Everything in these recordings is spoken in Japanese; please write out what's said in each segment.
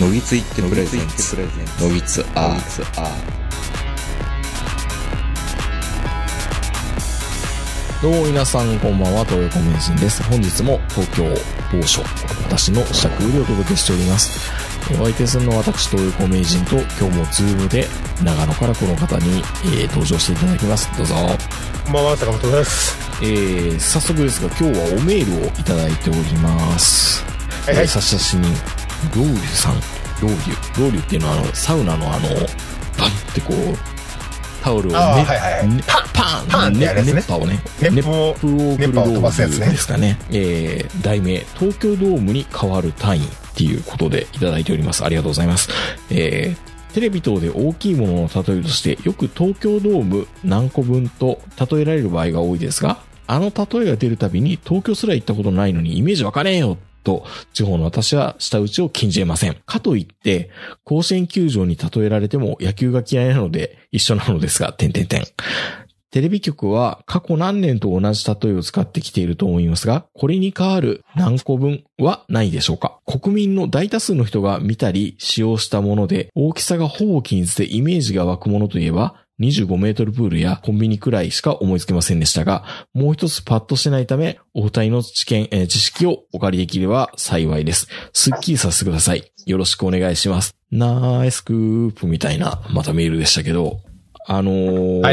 のぎついってプレゼンツのぎつアーツアどうも皆さんこんばんは、東横名人です。本日も東京某所、私の社空でお届けしております。お相手するのは私、東横名人と、今日もズームで長野からこの方に、えー登場していただきます。どうぞ。こんばんは、坂本です。えー、早速ですが、今日はおメールをいただいております。はいはえいー差出人、ロウリュさん。ロウリュ。ロウリュっていうのは、あの、サウナのあの、パンってこう、タオルをね、あーはいはいねパンパンパンってやるやつね熱波をね、熱熱風をを送る熱波を飛ばすやつねロールですかね。えー、題名、東京ドームに変わる単位っていうことでいただいております。ありがとうございます。えー、テレビ等で大きいものの例えとして、よく東京ドーム何個分と例えられる場合が多いですが、あの例えが出るたびに東京すら行ったことないのにイメージわかねえよと、地方の私は舌打ちを禁じ得ません。かといって、甲子園球場に例えられても野球が嫌いなので一緒なのですが、点点点。テレビ局は過去何年と同じ例えを使ってきていると思いますが、これに代わる何個分はないでしょうか国民の大多数の人が見たり使用したもので、大きさがほぼ均一でイメージが湧くものといえば、25メートルプールやコンビニくらいしか思いつけませんでしたが、もう一つパッとしないため、お二人の知見、えー知識をお借りできれば幸いです。すっきりさせてください。よろしくお願いします。ナイスクープみたいな、またメールでしたけど、あのー、は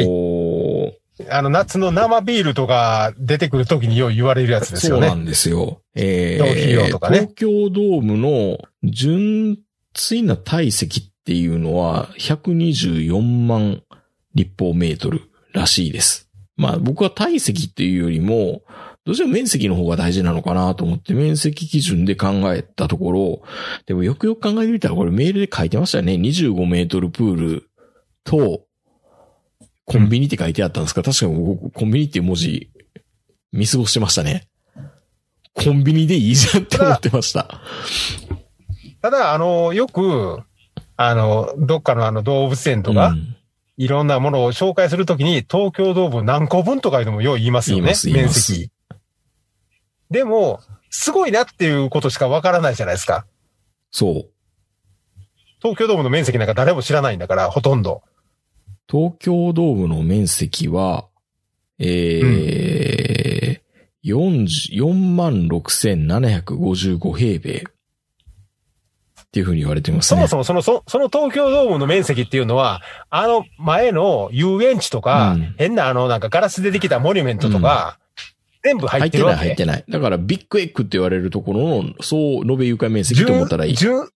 あの、夏の生ビールとか出てくるときによう言われるやつですよそうねな。んですよ。え浪費量とかね東京ドームの純粋な体積っていうのは124万立方メートルらしいです。まあ僕は体積っていうよりも、どうしても面積の方が大事なのかなと思って面積基準で考えたところ、でもよくよく考えてみたらこれメールで書いてましたよね。25メートルプールと、コンビニって書いてあったんですか、確かに僕、コンビニっていう文字、見過ごしてましたね。コンビニでいいじゃんって思ってました。ただ、あの、よく、あの、どっかのあの動物園とか、うんいろんなものを紹介するときに、東京ドーム何個分とかいうのもよう言いますよ言いねます、言い面ます積。でも、すごいなっていうことしかわからないじゃないですか。そう。東京ドームの面積なんか誰も知らないんだから、ほとんど。東京ドームの面積は、えー、46,755平米。っていうふうに言われてますそね。もそもその、そその東京ドームの面積っていうのは、あの前の遊園地とか、うん変なあのなんかガラスでできたモニュメントとか、全部入入っっててるないわ入っけ。てない。だからビッグエッグって言われるところの、そう、延べ床面積と思ったらいい。純、純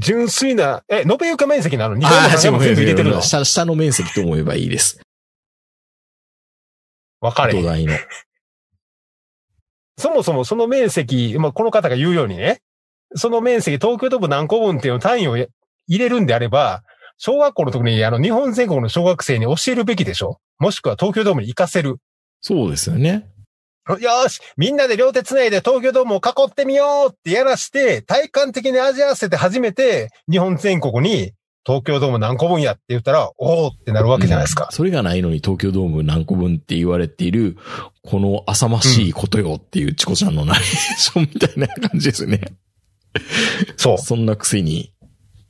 純粋な、え、延べ床面積なの日本あのあ、中違うも違全う部入れてる違のう。下、下の面積と思えばいいです。わか土る。台の。そもそもその面積、まあ、この方が言うようにね、その面積、東京ドーム何個分っていう単位を入れるんであれば、小学校の時にあの日本全国の小学生に教えるべきでしょもしくは東京ドームに行かせる。そうですよね。よーし、みんなで両手繋いで東京ドームを囲ってみようってやらして、体感的に味合わせて初めて、日本全国に東京ドーム何個分やって言ったら、おおってなるわけじゃないでうすんか。それがないのに東京ドーム何個分って言われている、この浅ましいことよっていうチコちゃんのナレーションみたいな感じですよね。そう。そんなくせに、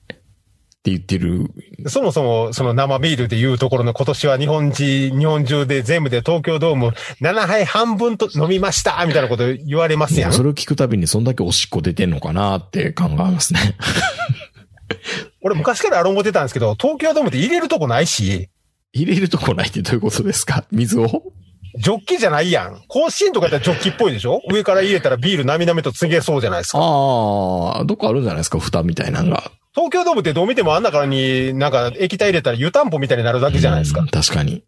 って言ってる。そもそも、その生ビールで言うところの今年は日本人、日本中で全部で東京ドーム7杯半分と飲みましたみたいなこと言われますやんそ。れを聞くたびにそんだけおしっこ出てんのかなって考えますね。俺昔からアロンゴ出たんですけど、東京ドームって入れるとこないし、入れるとこないってどういうことですか水をジョッキじゃないやん。甲子園とかやったらジョッキっぽいでしょ上から入れたらビールなみなみと告げそうじゃないですか。ああ、どっかあるんじゃないですか蓋みたいなのが。東京ドームってどう見てもあん中になんか液体入れたら湯たんぽみたいになるだけじゃないですか。うん確かに。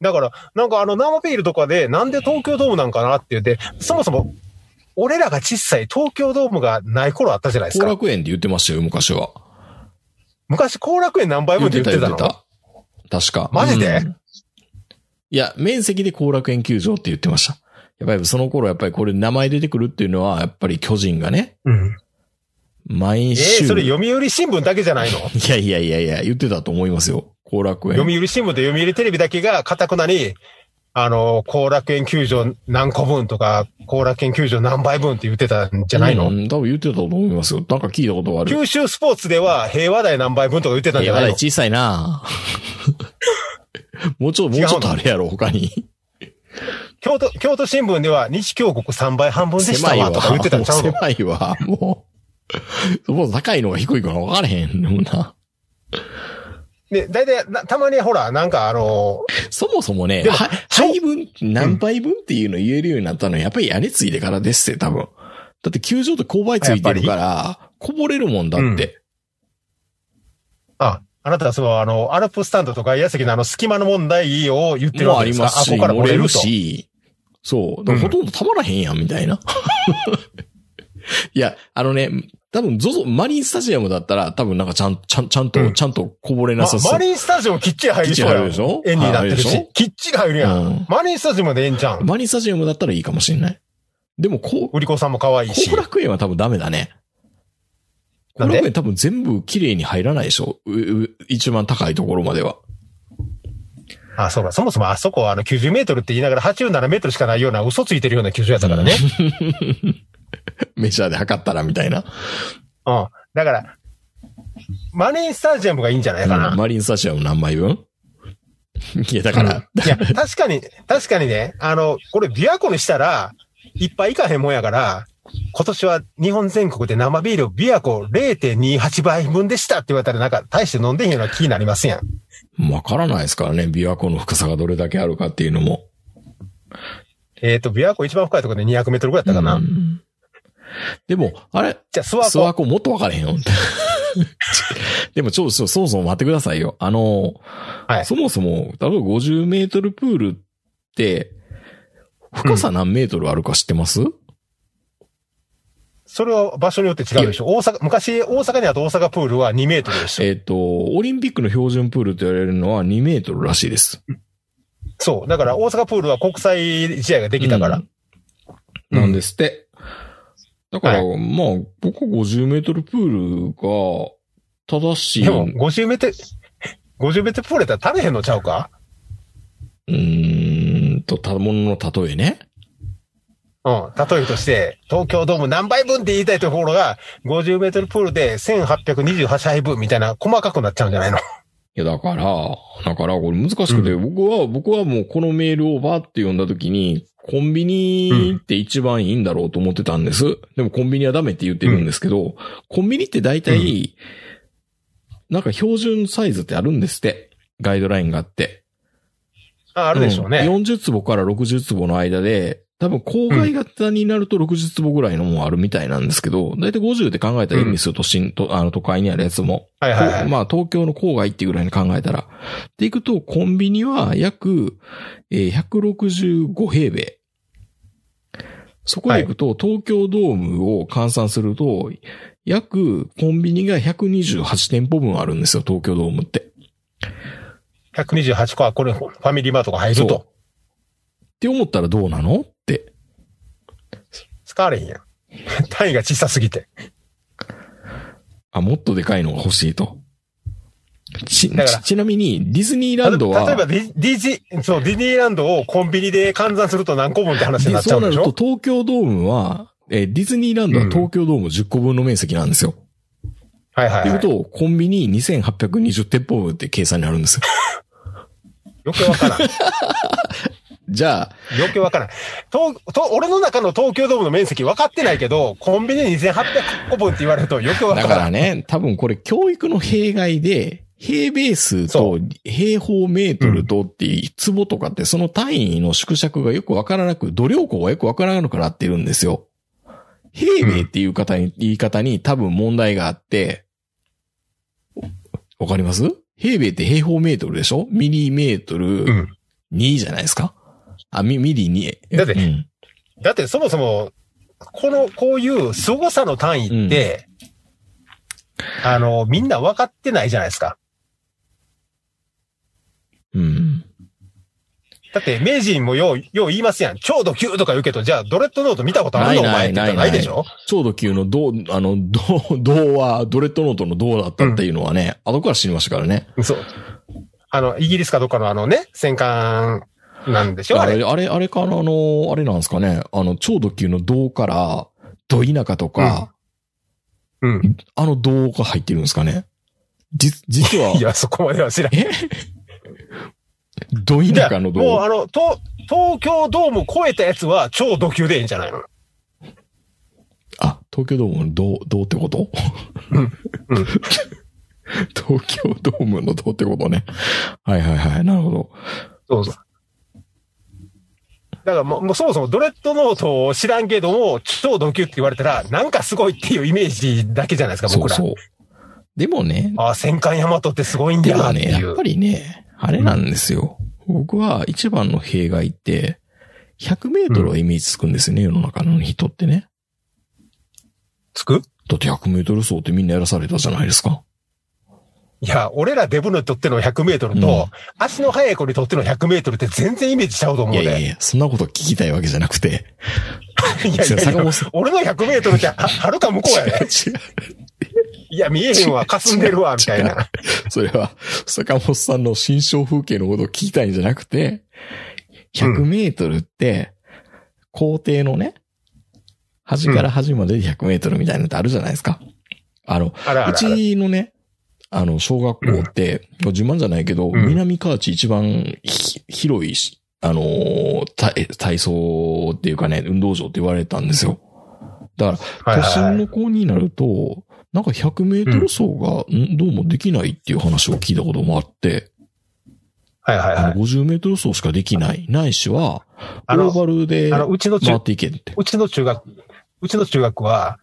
だから、なんかあの生ビールとかでなんで東京ドームなんかなって言って、そもそも、俺らが小さい東京ドームがない頃あったじゃないです後か。楽園って言ってましたよ、昔は。昔後楽園何倍分って言ってたの確か。マジでうんいや、面積で後楽園球場って言ってました。やっぱりその頃、やっぱりこれ名前出てくるっていうのは、やっぱり巨人がね、うん。え毎え週。それ読売新聞だけじゃないのいやいやいやいや、言ってたと思いますよ。後楽園。読売新聞と読売テレビだけがカタクナに、あの、後楽園球場何個分とか、後楽園球場何倍分って言ってたんじゃないの、うん、多分言ってたと思いますよ。なんか聞いたことがある。九州スポーツでは平和台何倍分とか言ってたんじ平ゃ和ない台小のさい なもうちょ、もうちょっとあれやろ、他に。京都、京都新聞では西京国3倍半分でした狭いわ。わとか言ってたんちゃうの狭いわ。もう。そもそも高いのが低いか分からへんもんな。で、大体な、たまにほら、なんかあの、そもそもね、でもは配分、何倍分っていうのを言えるようになったのは、やっぱり屋根ついてからですって、多分。だって球場って勾配ついてるから、こぼれるもんだって。あ、あなたはそう、あの、アルプスタンドとか外野席のあの隙間の問題を言ってるもうわあけでりすかますあ、し、ここから漏漏れれるると。し、そう。だからほとんどたまらへんやん、みたいな。いや、あのね、多分、ゾゾ、マリンスタジアムだったら、多分なんかちゃん、ちゃん、ちゃんと、うんちゃんとこぼれなまさそう。マリンスタジオきっちり入きっりちそりう入るやでんし。ょ円になってるはい入るし、きっちり入るやん。うんマリンスタジオまでええんじゃん。マリンスタジアムだったらいいかもしれない。でも、こう、売り子さんも可愛いし後。楽園は多分ダメだね。後なんで楽園多分全部綺麗に入らないでしょうう一番高いところまでは。 あ、そうだ。そもそもあそこはあの90メートルって言いながら87メートルしかないような嘘ついてるような球場やったからね。メジャーで測ったらみたいな。うん。だから、マリンスタジアムがいいんじゃないかな。うんマリンスタジアム何枚分いや、だから、いや、確かに、確かにね、あの、これ琵琶湖にしたら、いっぱいいかへんもんやから、今年は日本全国で生ビールを琵琶湖0.28倍分でしたって言われたらなんか大して飲んでへんような気になりますやん。わからないですからね、琵琶湖の深さがどれだけあるかっていうのも。えっ、と、琵琶湖一番深いところで200メートルぐらいだったかな。うんでも、あれ、じゃあ、諏訪諏湖。訪湖もっと分からへん よ。でも、ちょ、ちょそもそも待ってくださいよ。あの、はいそもそも、多分50メートルプールって、深さ何メートルあるか知ってます、それは場所によって違うでしょ。大阪、昔大阪にあった大阪プールは2メートルでした。えっ、と、オリンピックの標準プールと言われるのは2メートルらしいです。そう。だから大阪プールは国際試合ができたから。うんなんですって。だから、まあ、僕は50メートルプールが正しい。でも、50メートル、50メートルプールやったら足れへんのちゃうかうーんと、たものの例えね。うん。例えとして、東京ドーム何倍分って言いたいところが、50メートルプールで1828杯分みたいな細かくなっちゃうんじゃないのいや、だから、だから、これ難しくて、僕は、僕はもうこのメールをバーって読んだ時に、コンビニって一番いいんだろうと思ってたんです。でもコンビニはダメって言ってるんですけど、コンビニって大体、なんか標準サイズってあるんですって。ガイドラインがあって。ああるでしょうね。ん40坪から60坪の間で、多分郊外型になると60坪ぐらいのもあるみたいなんですけど、大体50って考えたらいいんですよ、都心と、あの都会にあるやつも。はいはいはい。まあ東京の郊外っていうぐらいに考えたら。でいくと、コンビニは約、えー165平米。そこでいくと、東京ドームを換算すると、約コンビニが128店舗分あるんですよ、東京ドームって。 128個はこれファミリーマートが入るそうと。って思ったらどうなのって。使われへんやん。単位が小さすぎて。あ、もっとでかいのが欲しいと。ち、だからちちなみに、ディズニー例ラえンドは、ばディ、ディジ、そう、ディズニーランドをコンビニで換算すると何個分って話になでっちゃそううんなでるしょと東京ドームは、えーディズニーランドは東京ドーム10個分の面積なんですよ。はいはい、とはいいう。と、コンビニ2820店舗分って計算になるん ですよ。余計わからん。じゃあ、余計わからん。東、と、俺の中の東京ドームの面積分かってないけど、コンビニ2800個分って言われると余計わだかかららん。ね、多分これ教育の弊害で、平米数そと平方メートルとって、壺とかってその単位の縮尺がよくわからなく、度量衡がよくわからなくなってるんですよ。平米っていう方に、言い方に多分問題があって、わかります平米って平方メートルでしょミリメートうルん。 2じゃないですか、あ、ミミリ2。だってうんだってそもそも、この、こういう凄さの単位って、あの、みんな分かってないじゃないですか。うん。だって、名人もよう、よう言いますやん。超度級とか言うけど、じゃあ、ドレッドノート見たことあるのおな前っいてない言ったらないでしょ超度級の銅、あの、 銅、銅は、ドレッドノートの銅だったっていうのはね、後から知りましたからね。そう。あの、イギリスかどっかのあのね、戦艦なんでしょああれ。れ、あれ、あれから、あの、あれなんですかね。あの、超ド級の銅から、ど田舎とか、うん。、あの銅が入ってるんですかね。じ、実はいや、そこまでは知らん。ど田舎のもう銅。あの、東、東京ドーム超えたやつは超ド級でいいんじゃないのあ、東京ドームの銅、銅ってこと うんうん東京ドームの銅ってことね。はいはいはい。なるほど。そうそう。だからもう、もうそもそもドレッドノートを知らんけども、超ド級って言われたら、なんかすごいっていうイメージだけじゃないですか、そう僕ら。そう。でもね、ああ、戦艦ヤマトってすごいんでだなもってね、いやう。っぱりね、あれなんですよ。僕は一番の弊害って、100メートルはイメージつくんですよね、世の中の人ってね。つくだって100メートル走ってみんなやらされたじゃないですか。いや、俺らデブにとっての100メートルと、うん足の速い子にとっての100メートルって全然イメージしちゃうと思ういやね。いやいや、そんなこと聞きたいわけじゃなくて。いやいやい坂や本さん。俺の100メートルってははるか向こうやね。違う違ういや、見えへんわ、霞んでるわ、みたい違うな。 それは、坂本さんの心象風景のことを聞きたいんじゃなくて、100メートルって、校庭のね、端から端まで100メートルみたいなのってあるじゃないですか。あの、あらあうらあら。ちのね、あの、小学校って、自慢じゃないけど、うん南河内一番ひ広いし、あのー体、体操っていうかね、運動場って言われたんですよ。だから、はい都はいはい心の子になると、なんか100メートル走が、んどうもできないっていう話を聞いたこともあって、はいはいあはのい。 50メートル走しかできない、ないしは、オあのーバルであの、回うちの中っ、ていけって。うちの中学、うちの中学は、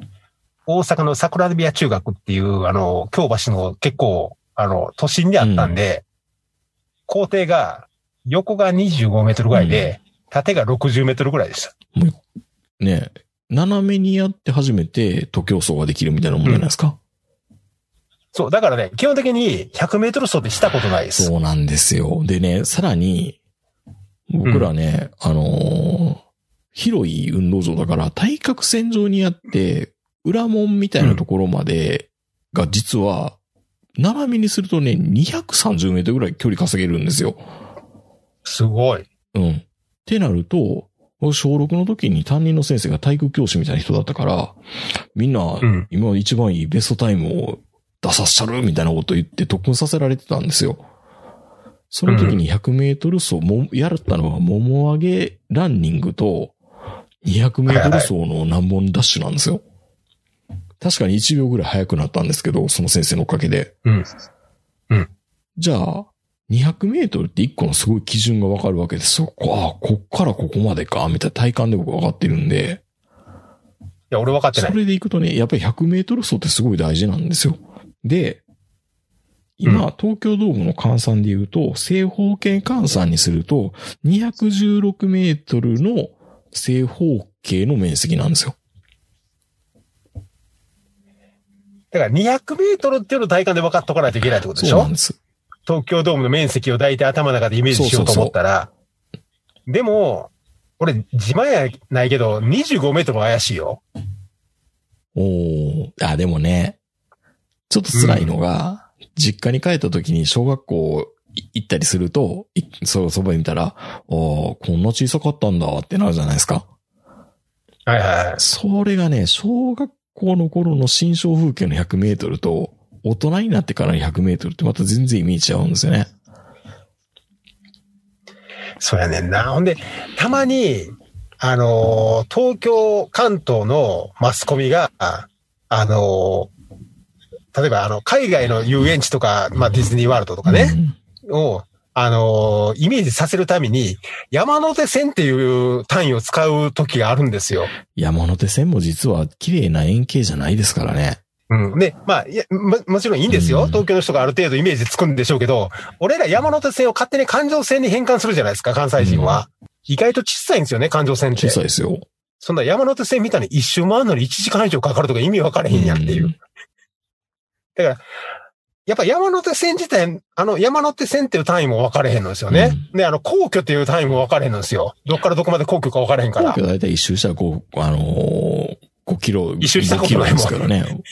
大阪の桜宮中学っていう、あの、京橋の結構、あの、都心にあったんで、校庭が、横が25メートルぐらいで、縦が60メートルぐらいでした。ね、斜めにやって初めて徒競走ができるみたいなもんじゃないですか。そう、だからね、基本的に100メートル走ってしたことないです。そうなんですよ。でね、さらに、僕らね、あのー広い運動場だから、対角線上にあって、裏門みたいなところまでが実は、斜めにするとね、230メートルぐらい距離稼げるんですよ。すごい。うん。ってなると、僕小6の時に担任の先生が体育教師みたいな人だったから、みんなうん、今一番いいベストタイムを出さっしゃるみたいなこと言って特訓させられてたんですよ。その時に100メートル走、もやったのは桃上げランニングと200メートル走の何本ダッシュなんですよ。確かに1秒ぐらい早くなったんですけど、その先生のおかげで。うん。じゃあ、200メートルって一個のすごい基準がわかるわけですよ。こああ、こっからここまでか、みたいな体感で僕分かってるんで、いや、俺分かってなそい。れで行くとね、やっぱり100メートル走ってすごい大事なんですよ。で、今、東京ドームの換算で言うと、正方形換算にすると、216メートルの正方形の面積なんですよ。だから200メートルっていうのを体感で分かっとかないといけないってことでしそうなょんです。東京ドームの面積を大体頭の中でイメージしようと思ったら。でも、俺、自慢やないけど、25メートルは怪しいよ。おーあ、でもね、ちょっと辛いのが、実家に帰った時に小学校い行ったりすると、いそう、そばに見たら、ああ、こんな小さかったんだってなるじゃないですか。はいはいはい。それがね、小学校の頃の新象風景の100メートルと、大人になってからの100メートルってまた全然イメージ違うんですよね。そうやねんな。ほんで、たまに、あのー東京、関東のマスコミが、あのー例えば、あの、海外の遊園地とか、まあ、ディズニーワールドとかね、を、あのーイメージさせるために、山手線っていう単位を使う時があるんですよ。山手線も実は綺麗な円形じゃないですからね。うん。で、まあ、いや、も、もちろんいいんですよ。うん東京の人がある程度イメージつくんでしょうけど、俺ら山手線を勝手に環状線に変換するじゃないですか、関西人は。意外と小さいんですよね、環状線って小。さいですよ。そんな山手線みたいに一周回るのに1時間以上かかるとか意味分からへんやんっていう。うんやっぱ山手線自体、あの山手線っていう単位も分からへんのですよね。で、あの皇居っていう単位も分からへんのですよ。どっからどこまで皇居か分からへんから皇。居だいたい一周したら5、あのー、5キロ、一周したことないもん5キロですからね。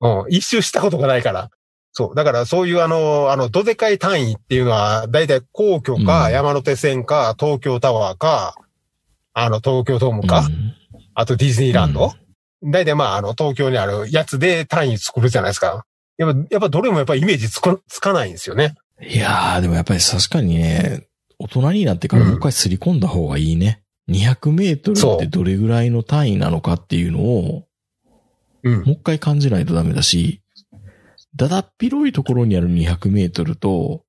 うん、一周したことがないから。そう。だからそういうあの、あの、どでかい単位っていうのは、だいたい皇居か、うん山手線か、東京タワーか、あの、東京ドームか、うんあとディズニーランド。だいたいまあ、あの、東京にあるやつで単位作るじゃないですか。やっぱ、やっぱどれもやっぱイメージつく、つかないんですよね。いやー、でもやっぱり確かにね、大人になってからもう一回すり込んだ方がいいね。200メートルそうってどれぐらいの単位なのかっていうのを、うん。もう一回感じないとダメだし、だだっ広いところにある200メートルと、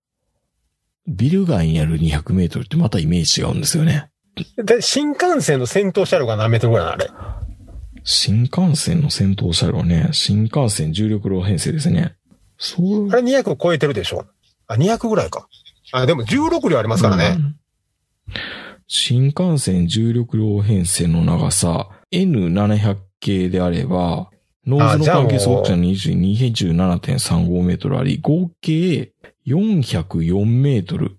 ビル街にある200メートルってまたイメージ違うんですよね。で、新幹線の先頭車両が何メートルぐらいなのあれ。新幹線の先頭車両ね、新幹線重力両編成ですね。そう。あれ200超えてるでしょあ、200ぐらいか。あ、でも16両ありますからね。うん新幹線重力量編成の長さ、N700 系であれば、ノーズの関係すごく27.35メートルあり、合計404メートル。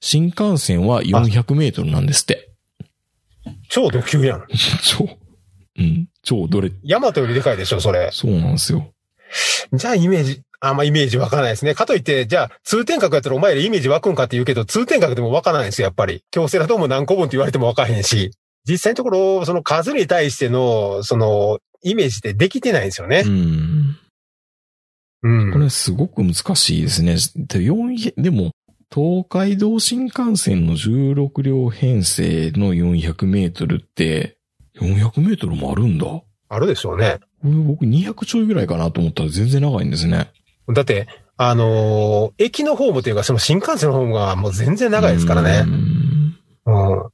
新幹線は400メートルなんですって。 超ド級やん。超、うん、超どれ、ヤマトよりでかいでしょ、それ。そうなんですよ。じゃあイメージ、あんまイメージ湧かないですね。かといって、じゃあ通天閣やったらお前らイメージ湧くんかって言うけど、通天閣でも湧かないんですよ、やっぱり。京セラドーム何個分って言われても湧かへんし。実際のところ、その数に対しての、その、イメージってできてないんですよねう。ん。うん。これすごく難しいですね。で、400でも、東海道新幹線の16両編成の400メートルって、400メートルもあるんだ。こあるでしょうね。れ僕200ちょいぐらいかなと思ったら全然長いんですね。だって、あのー駅のホームというか、その新幹線のホームがもう全然長いですからね。うん。うん。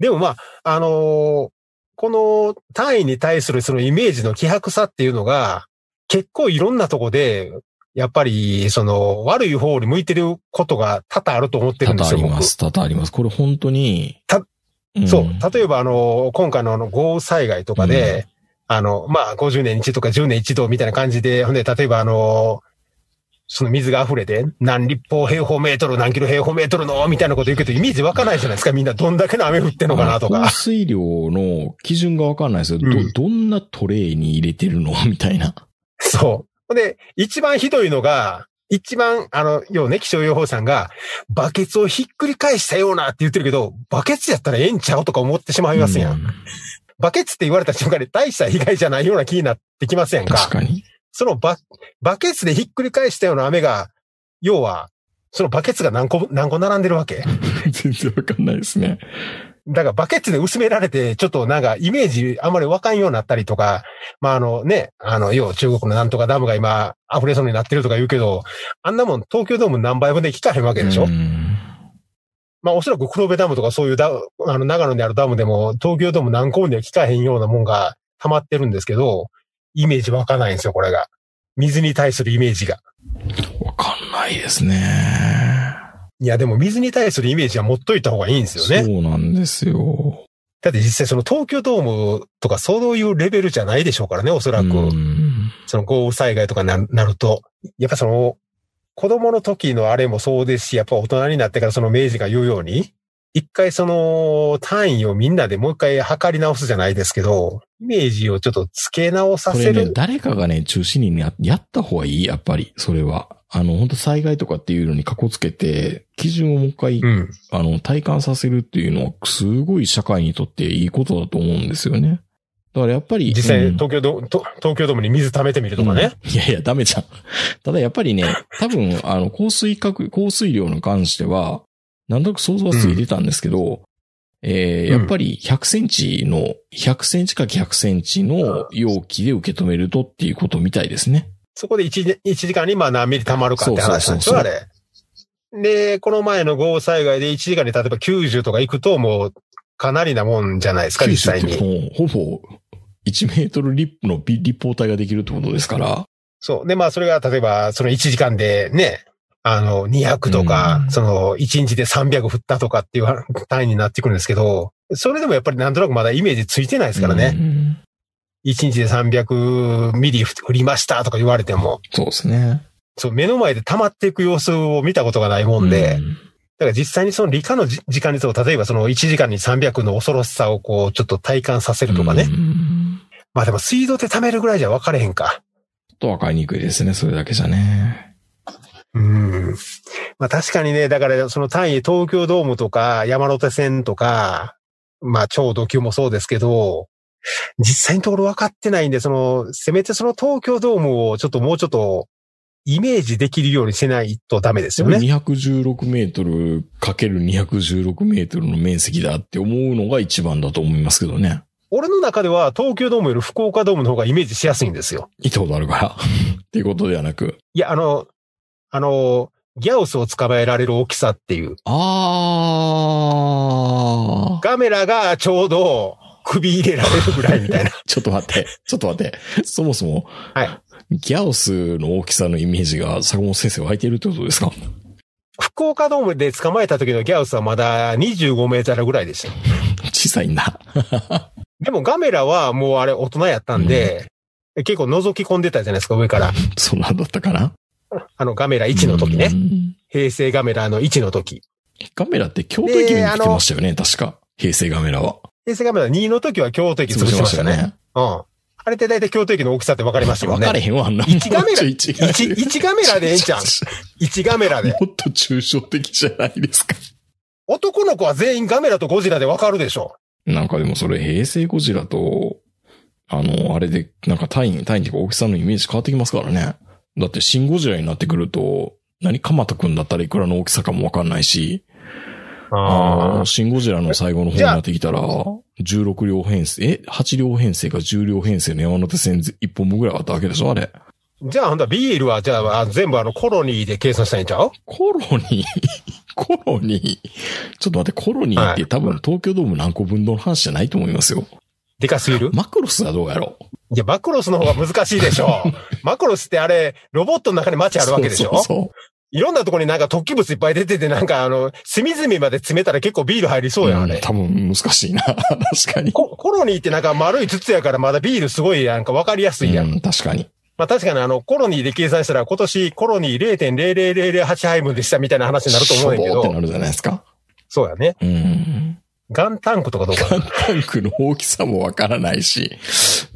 でもまあ、あのーこの単位に対するそのイメージの希薄さっていうのが、結構いろんなとこで、やっぱり、その、悪い方に向いてることが多々あると思って多るんで々あすよ、ります。多々あります。これ本当に。たん僕。そう。例えば、あのー今回のあの、豪雨災害とかで、あの、まあ、50年に一度とか10年に一度みたいな感じで、ほんで、例えばあのーその水が溢れて、何立方平方メートル、何キロ平方メートルの、みたいなこと言うけど、イメージ湧かないじゃないですか。みんなどんだけの雨降ってんのかなあとの降か。水量の基準がわかんないですよ。ど、うんどんなトレイに入れてるのみたいな。 そう。ほんで、一番ひどいのが、一番、あの、ようね、気象予報士さんが、バケツをひっくり返したようなって言ってるけど、バケツやったらええんちゃうとか思ってしまいますやん。うんバケツって言われた瞬間に大した被害じゃないような気になってきませんか確か に。そのバ、バケツでひっくり返したような雨が、要は、そのバケツが何個、何個並んでるわけ全然わかんないですね。だからバケツで薄められて、ちょっとなんかイメージあんまりわかんようになったりとか、まああのね、あの、要は中国のなんとかダムが今溢れそうになってるとか言うけど、あんなもん東京ドーム何倍分で効かへんわけでしょ、うんまあおそらく黒部ダムとかそういうダムあの長野にあるダムでも東京ドーム何個分では効かへんようなもんが溜まってるんですけど、イメージわかないんですよ、これが。水に対するイメージが。わかんないですね。いや、でも水に対するイメージは持っといた方がいいんですよね。そうなんですよ。だって実際その東京ドームとかそういうレベルじゃないでしょうからね、おそらく。うんその豪雨災害とかになるなると、やっぱその、子供の時のあれもそうですし、やっぱ大人になってからその明治が言うように、一回その単位をみんなでもう一回測り直すじゃないですけど、イメージをちょっと付け直さこせれね、る。誰かがね、中心にややった方がいい、やっぱり、それは。あの、本当災害とかっていうのにかこつけて、基準をもう一回、うん。あの、体感させるっていうのは、すごい社会にとっていいことだと思うんですよね。だからやっぱり、実際うん東京ド、と東京ドームに水溜めてみるとかね。うんいやいや、ダメじゃん。ただやっぱ りね、多分、あの、降水確、降水量に関しては、なんとなく想像はついてたんですけど、えー、うんやっぱり100センチの、100センチか100センチの容器で受け止めるとっていうことみたいですね。そこで 1, 時間にまあ何ミリ溜まるかって話なんですよ、そうあそうれ。で、この前の豪雨災害で1時間に例えば90とか行くともうかなりなもんじゃないですか、実際に。もうほぼ1メートル立のび立方体ができるってことですから、そう。で、まあ、それが、例えば、その1時間でね、あの、200とか、うんその、1日で300振ったとかっていう単位になってくるんですけど、それでもやっぱりなんとなくまだイメージついてないですからね。うん1日で300ミリ振りましたとか言われても、そうですね。そう、目の前で溜まっていく様子を見たことがないもんで、うんだから実際にその理科のじ時間にそう、例えばその1時間に300の恐ろしさをこう、ちょっと体感させるとかね。うんまあでも水道で溜めるぐらいじゃ分かれへんか。ちょっとわかりにくいですね、それだけじゃね。うん。まあ確かにね、だからその単位東京ドームとか山手線とか、まあ超土級もそうですけど、実際のところ分かってないんで、その、せめてその東京ドームをちょっともうちょっとイメージできるようにしないとダメですよね。 216メートルかける216メートルの面積だって思うのが一番だと思いますけどね。俺の中では東京ドームより福岡ドームの方がイメージしやすいんですよ。行ったことあるから。 っていうことではなく。いや、あの、あの、ギャオスを捕まえられる大きさっていう。あー。ガメラがちょうど首入れられるぐらいみたいな。ちょっと待って。ちょっと待って。そもそも。はいギャオスの大きさのイメージが坂本先生湧いているってことですか福岡ドームで捕まえた時のギャウスはまだ25メートルぐらいでしたよ。小さいんだ。でもガメラはもうあれ大人やったんで、結構覗き込んでたじゃないですか、上から。そんなんだったかなあのガメラ1の時ね。うん平成ガメラの1の時。ガメラって京都駅に来てましたよね、確か。平成ガメラは。平成ガメラ2の時は京都駅潰しましたね。よ。うん。あれって大体京都駅の大きさって分かりましたもわんね。かれへんわ、あんな。一ガメラ一ガメラ1、一ガメラでええん ちゃん。1ガメラで。もっと抽象的じゃないですか。男の子は全員ガメラとゴジラで分かるでしょ。なんかでもそれ平成ゴジラと、あの、あれで、なんか単位、単位っていうか大きさのイメージ変わってきますからね。だって新ゴジラになってくると、何、鎌田くんだったらいくらの大きさかもわかんないし、あの、新ゴジラの最後の方になってきたら、16両編成、え ?8 両編成か10両編成の山手線1本分ぐらいあったわけでしょあれ。じゃあ、ほんとはビールは、じゃああ、全部あの、コロニーで計算したらいいんちゃうコロニー コロニーちょっと待って、コロニーって多分東京ドーム何個分の話じゃないと思いますよ。でかすぎるマクロスはどうやろういや、マクロスの方が難しいでしょ。 マクロスってあれ、ロボットの中に街あるわけでしそょうそうそういろんなとこになんか突起物いっぱい出てて、なんかあの、隅々まで詰めたら結構ビール入りそうやん、あんれ。多分難しいな。 確かに。ココロニーってなんか丸い筒やからまだビールすごいなんかわかりやすいやん。うん、確かに。まあ確かにあの、コロニーで計算したら今年コロニー0.00008杯分でしたみたいな話になると思うんやけしょぼーってど。なるじゃないですか。そうやね。うん。ガンタンクとかどうかガンな。タンクの大きさもわからないし。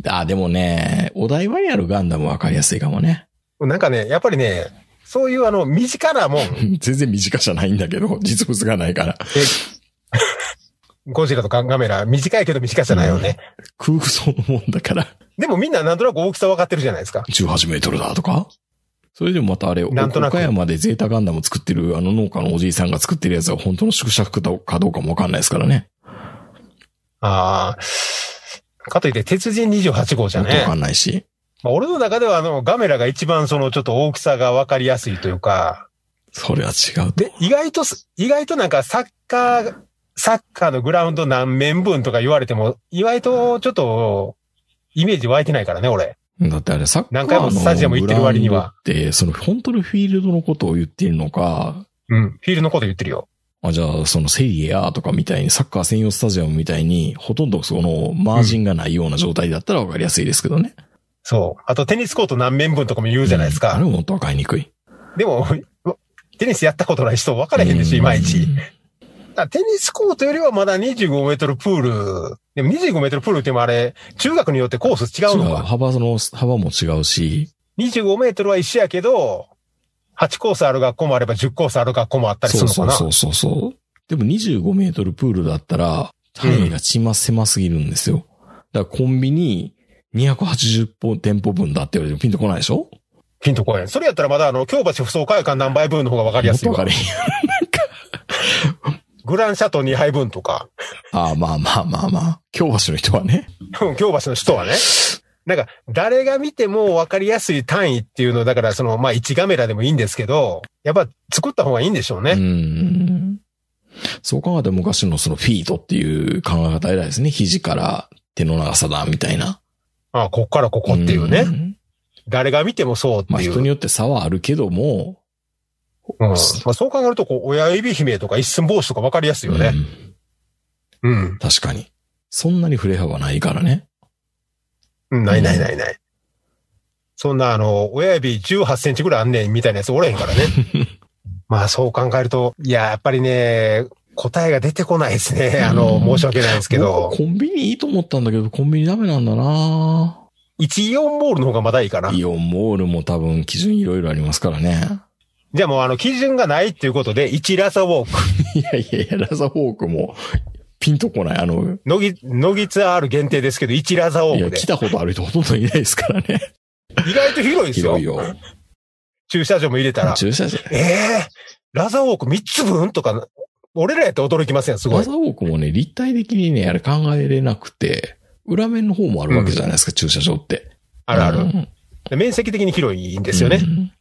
あ、でもね、お台場にあるガンダムわかりやすいかもね。 なんかね、やっぱりね、そういうあの、身近なもん。全然短じゃないんだけど、実物がないから。ゴジラとかガメラ、短いけど短じゃないよね。空想のもんだから、でもみんななんとなく大きさわかってるじゃないですか。 18メートルだとか。それでもまたあれ、なんとなく岡山でゼータガンダム作ってるあの農家のおじいさんが作ってるやつは本当の縮尺かどうかもわかんないですからね。ああ。かといって、鉄人28号じゃわねか。んないし。まあ、俺の中では、あの、ガメラが一番その、ちょっと大きさが分かりやすいというか、それは違うとで、意外とす、意外となんかサッカー、サッカーのグラウンド何面分とか言われても、意外とちょっと、イメージ湧いてないからね、俺。だってあれ、サッカーの何回もスタジアム行ってる割にはグラウンドって、その本当のフィールドのことを言っているのか、うん。フィールのこと言ってるよ。あじゃあ、そのセリエ A とかみたいに、サッカー専用スタジアムみたいに、ほとんどそのマージンがないような状態だったらわかりやすいですけどね。そう。あと、テニスコート何面分とかも言うじゃないですあれか。ももっとわかりにくい。でも、テニスやったことない人分からへんでしょ、いまいち。だからテニスコートよりはまだ25メートルプール。でも25メートルプールってもあれ、中学によってコース違違ううのか。幅その、幅も違うし、 25メートルは一緒やけど、8コースある学校もあれば10コースある学校もあったりそするうのかそうな。そうそうそう。でも25メートルプールだったら、単位がちま狭すぎるんですよ。だからコンビニ280本店舗分だって言われてもピンとこないでしょピンとこへん。それやったらまだあの、京橋不走会館何倍分の方が分かりやすいもっとわわ。かりグランシャトー2杯分とか、ああ、まあまあまあまあ。京橋の人はね。京橋の人はね。なんか、誰が見ても分かりやすい単位っていうの、だからその、まあ1ガメラでもいいんですけど、やっぱ作った方がいいんでしょううね。ん。そう考えたら昔のそのフィートっていう考え方偉いですね。肘から手の長さだ、みたいな。ああ、こっからここっていうんね。。誰が見てもそうってまあいう。人によって差はあるけども、うんまあ、そう考えると、こう、親指姫とか一寸帽子とか分かりやすいようね。んうん。確かに。そんなに触れ幅ないからね。うん、ないないないない。そんな、あの、親指18センチぐらいあんねんみたいなやつおれへんからね。 まあ、そう考えると、いや、やっぱりね、答えが出てこないですね。あの、申し訳ないですけど僕、コンビニいいと思ったんだけど、コンビニダメなんだな1イオンモールの方がまだいいかな。イオンモールも多分基準いろいろありますからね。じゃあもうあの、基準がないっていうことで、1ラサウォーク、 いやいやいや、ラザフォークも、ピンとこない。あの、乃木、乃木ツアール限定ですけど、1ラサウいォークや、で来。たことある人ほとんどいないですからね。意外と広いですよ。広いよ。駐車場も入れたら。駐車場。ええラザウォーク3つ分とか、俺らやって驚きますやん、すごラい。ザウォークもね、立体的にね、あれ考えれなくて、裏面の方もあるわけじゃないですか、駐車場って。あるあうる。んで面積的に広いんですよね。うん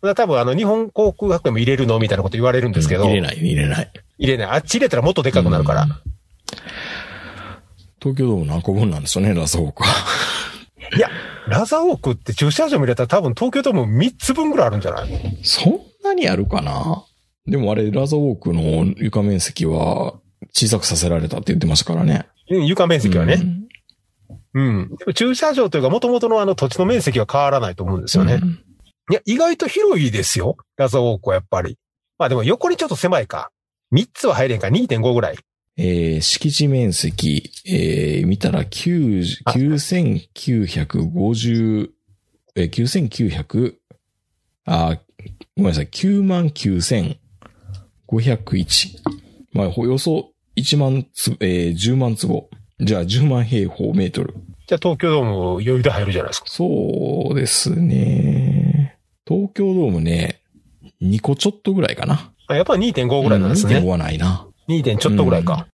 だから多分あの、日本航空学園も入れるのみたいなこと言われるんですけど、入れない、入れない。入れない。あっち入れたらもっとでかくなるから。うん東京ドーム何個分なんですよね、ラザウォークは。ラザウォークって駐車場も入れたら多分東京ドーム3つ分ぐらいあるんじゃないそんなにあるかなでもあれ、ラザウォークの床面積は小さくさせられたって言ってましたからね。うん床面積はねう。んうん。でも駐車場というか元々のあの土地の面積は変わらないと思うんですよね。うんいや、意外と広いですよ。ラザウォークはやっぱり。まあでも横にちょっと狭いか。3つは入れんか、2.5ぐらい。えー敷地面積、えー見たら90 9950、えー、9900、あー、ごめんなさい、99501。まあ、およそ1万つ、えー10万坪。じゃあ10万平方メートル。じゃあ東京ドーム余裕で入るじゃないですか。そうですね。東京ドームね、2個ちょっとぐらいかな。あやっぱり2.5ぐらいなんですうん2.5ね。はないな。 2. 点ちょっとぐらいか。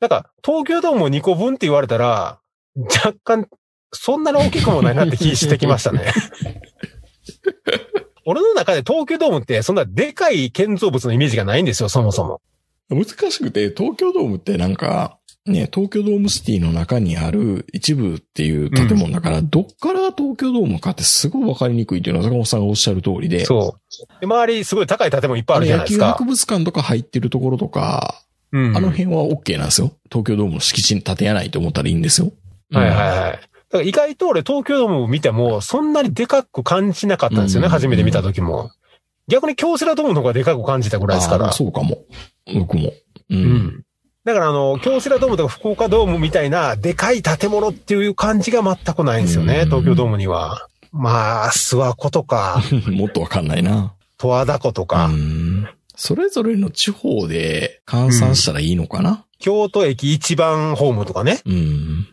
なんか、東京ドームを2個分って言われたら、若干、そんなに大きくもないなって気してきまし たね。俺の中で東京ドームってそんなでかい建造物のイメージがないんですよ、そもそも。難しくて、東京ドームってなんか、ね、東京ドームシティの中にある一部っていう建物だから、どっから東京ドームかってすごいわかりにくいっていうのは坂本さんがおっしゃる通りで、そう。で、周りすごい高い建物いっぱいああるれじゃな野い球ですか博。物館とか入ってるところとか、うん。あの辺は OK なんですよ。東京ドームの敷地に建てやないと思ったらいいんですよ。はいはいい。はい。だから意外と俺東京ドームを見ても、そんなにでかく感じなかったんですよね、うん初めて見た時も。逆に京セラドームの方がでかく感じたぐらいですかあら。そうかも。僕も。うんうん。だからあの、京セラドームとか福岡ドームみたいな、でかい建物っていう感じが全くないんですよね、うん東京ドームには。まあ、諏訪湖 とか、もっとわかんないな。十和田湖とか、うんそれぞれの地方で換算したらいいのかな、京都駅一番ホームとかね。うん、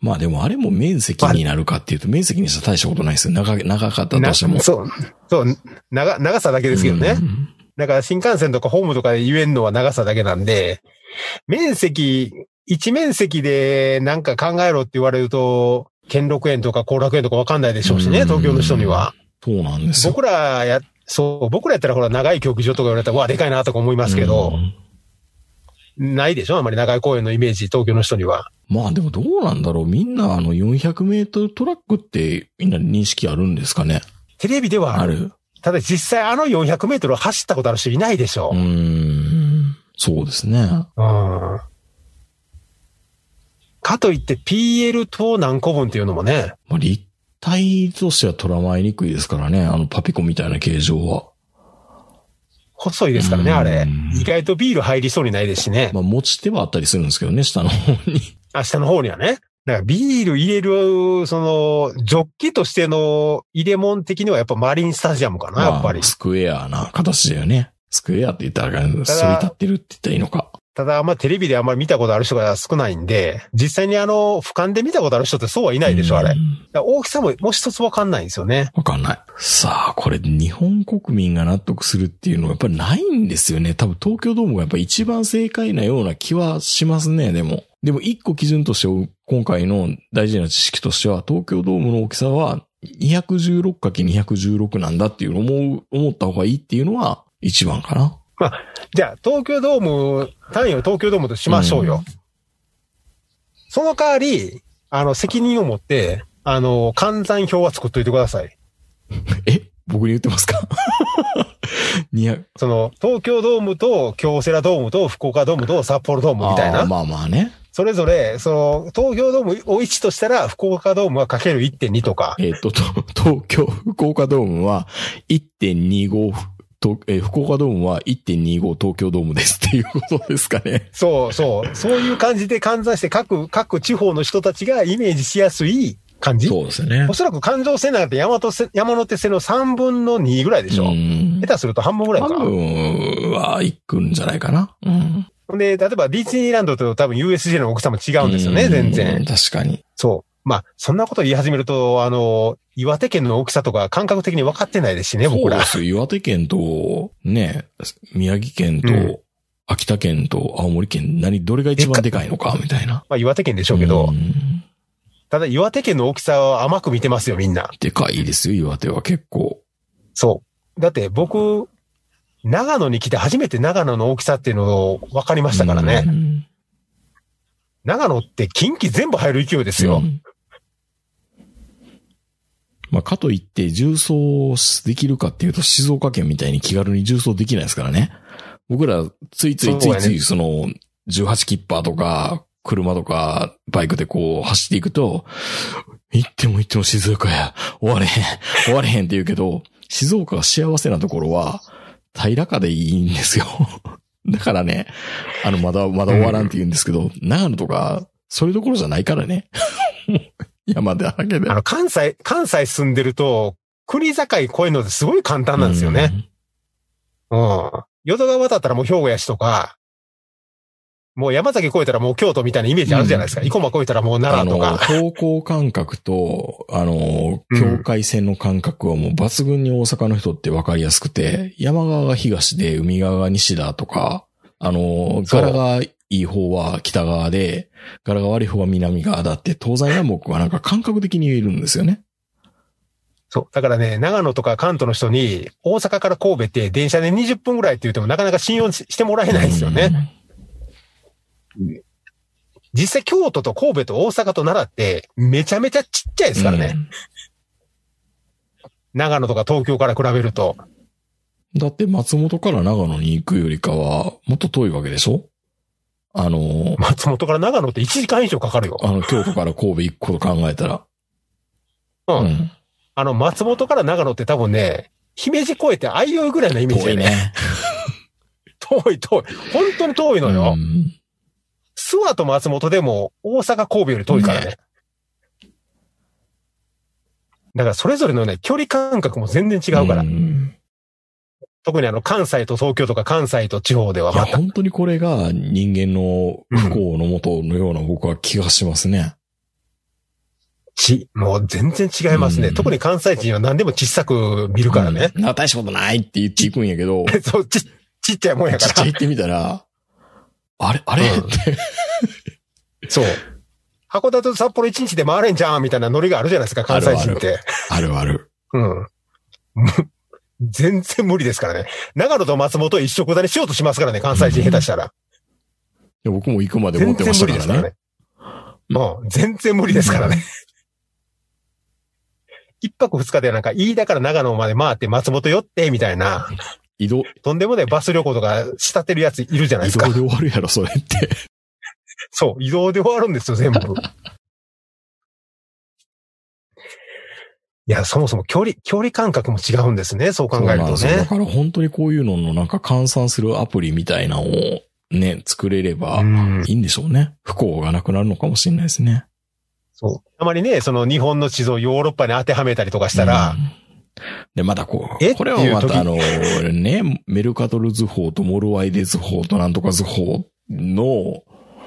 まあでもあれも面積になるかっていうと、面積にしたら大したことないですよ。長、長かったとしても。なそう、そう、長、長さだけですけどね。うんだから新幹線とかホームとかで言えんのは長さだけなんで、面積、一面積でなんか考えろって言われると、兼六園とか後楽園とかわかんないでしょうしね、うん東京の人には。そうなんですよ。僕らや、そう、僕らやったらほら長い競技場とか言われたら、うわ、でかいなとか思いますけうど、んないでしょあんまり長い公園のイメージ、東京の人には。まあでもどうなんだろう。みんなあの400メートルトラックってみんな認識あるんですかね。テレビではあある。る。ただ実際あの400メートルを走ったことある人いないでしょう。ん。そうですね。うん。かといって PL と何個分っていうのもね、まあ、立体としては捉まえにくいですからね。あのパピコみたいな形状は。細いですからね、うんあれ。意外とビール入りそうにないですしね。まあ、持ち手はあったりするんですけどね、下の方に。明日の方にはね。だからビール入れる、その、ジョッキとしての入れ物的にはやっぱマリンスタジアムかな、 やっぱりまあ。スクエアな形だよね。スクエアって言ったらあれだけど、そり立ってるって言ったらいいのか。ただ、あんまテレビであんまり見たことある人が少ないんで、実際にあの、俯瞰で見たことある人ってそうはいないでしょ、あうれ。だんから大きさももう一つわかんないんですよね。わかんない。さあ、これ日本国民が納得するっていうのはやっぱりないんですよね。多分東京ドームがやっぱ一番正解なような気はしますね、でも。でも一個基準として、今回の大事な知識としては、東京ドームの大きさは 216×216 なんだっていうのを思う、思った方がいいっていうのは一番かな。じゃあ、東京ドーム、単位を東京ドームとしましょうよ。その代わり、あの、責任を持って、あの、換算表は作っといてください。え僕に言ってますか 200その、東京ドームと、京セラドームと、福岡ドームと、札幌ドームみたいあーな。まあまあね。それぞれ、その、東京ドームを1としたら、福岡ドームはかける1.2とか。えっ、とと、東京、福岡ドームは1.25、とえー福岡ドームは1.25東京ドームですっていうことですかね。そうそう。そういう感じで換算して、各、各地方の人たちがイメージしやすい換感じ。そうですよねお。そらく環状線なんかって山手線山手線の3分の2ぐらいでしょ。うん下手すると半分ぐらいか。半分は行くんじゃないかな。うん。で、例えばディズニーランドと多分 USJ の大きさも違うんですようね、ん全然。確かに。そう。まあ、そんなこと言い始めると、あの、岩手県の大きさとか感覚的に分かってないですしね、そ僕うでら。すよ。岩手県と、ね、宮城県と、うん秋田県と青森県、何、どれが一番でかいのか、みたいな。まあ、岩手県でしょうけど、んただ岩手県の大きさは甘く見てますよ、みんな。でかいですよ、岩手は結構。そう。だって僕、長野に来て初めて長野の大きさっていうのを分かりましたからね。うん。長野って近畿全部入る勢いですよ。うんまあ、かといって、重曹できるかっていうと、静岡県みたいに気軽に重曹できないですからね。僕ら、ついついついそうつやい、ねその、18キッパーとか、車とか、バイクでこう、走っていくと、行っても行っても静岡や、終われへん、終われへんって言うけど、静岡が幸せなところは、平らかでいいんですよ。 だからね、あの、まだ、まだ終わらんって言うんですけど、長野とか、そういうところじゃないから ね。山だらけであ。の、関西、関西住んでると、国境越えるのってすごい簡単なんですよね。うん。淀川渡ったらもう兵庫やしとか、もう山崎越えたらもう京都みたいなイメージあるじゃないですか。うん生駒越えたらもうあ奈良のと、か。方向感覚と、あの、境界線の感覚はもう抜群に大阪の人って分かりやすくて、山側が東で海側が西だとか、あの、そう柄がいい方は北側で、柄が悪い方は南側だって、東西南北はなんか感覚的に言えるんですよね。そう。だからね、長野とか関東の人に、大阪から神戸って電車で20分ぐらいって言ってもなかなか信用ししてもらえないですよね。ね。実際京都と神戸と大阪と奈良ってめちゃめちゃちっちゃいですからね。長野とか東京から比べると。だって松本から長野に行くよりかは、もっと遠いわけでしょあの、松本から長野って1時間以上かかるよ。あの、京都から神戸行くこと考えたら。うんん。あの、松本から長野って多分ね、姫路越えて相生ぐらいのイメージ遠だいよね。ね。遠い遠い。本当に遠いのよ。ん諏訪と松本でも大阪、神戸より遠いからね。ねだからそれぞれのね、距離感覚も全然違うから。ん特にあの、関西と東京とか関西と地方ではいや、また。本当にこれが人間の不幸のもとのような僕は気がしますね。ち、もう全然違いますね。うん特に関西人は何でも小さく見るからね。うん。な、大したことないって言っていくんやけ ど、そう、ち、ちっちゃいもんやちっちかゃいら。ってみたら、あれあれ、うんって。そう。函館と札幌一日で回れんじゃんみたいなノリがあるじゃないですか、関西人って。あるある。うん。 全然無理ですからね。長野と松本を一緒くだりしようとしますからね、関西人下手したら。いや僕も行くまで思全って然まし無た理ですかかららね。ね。うん、全然無理ですからね。 一泊二日でなんか、飯田から長野まで回って松本寄って、みたいな、移動、とんでもないバス旅行とか仕立てるやついるじゃない移ですか動で。終わるやろ、それって。そう、移動で終わるんです よ、全部。いや、そもそも距離、距離感覚も違うんですね、そう考えるそとうなんですよだね。から本当にこういうののなんか換算するアプリみたいなのをね、作れればうんいいんでしょうね。不幸がなくなるのかもしれないですね。そう。あまりね、その日本の地図をヨーロッパに当てはめたりとかしたら、うんで、またこえう、これはっていうま時たあの、ね、メルカトル図法とモロワイデ図法となんとか図法の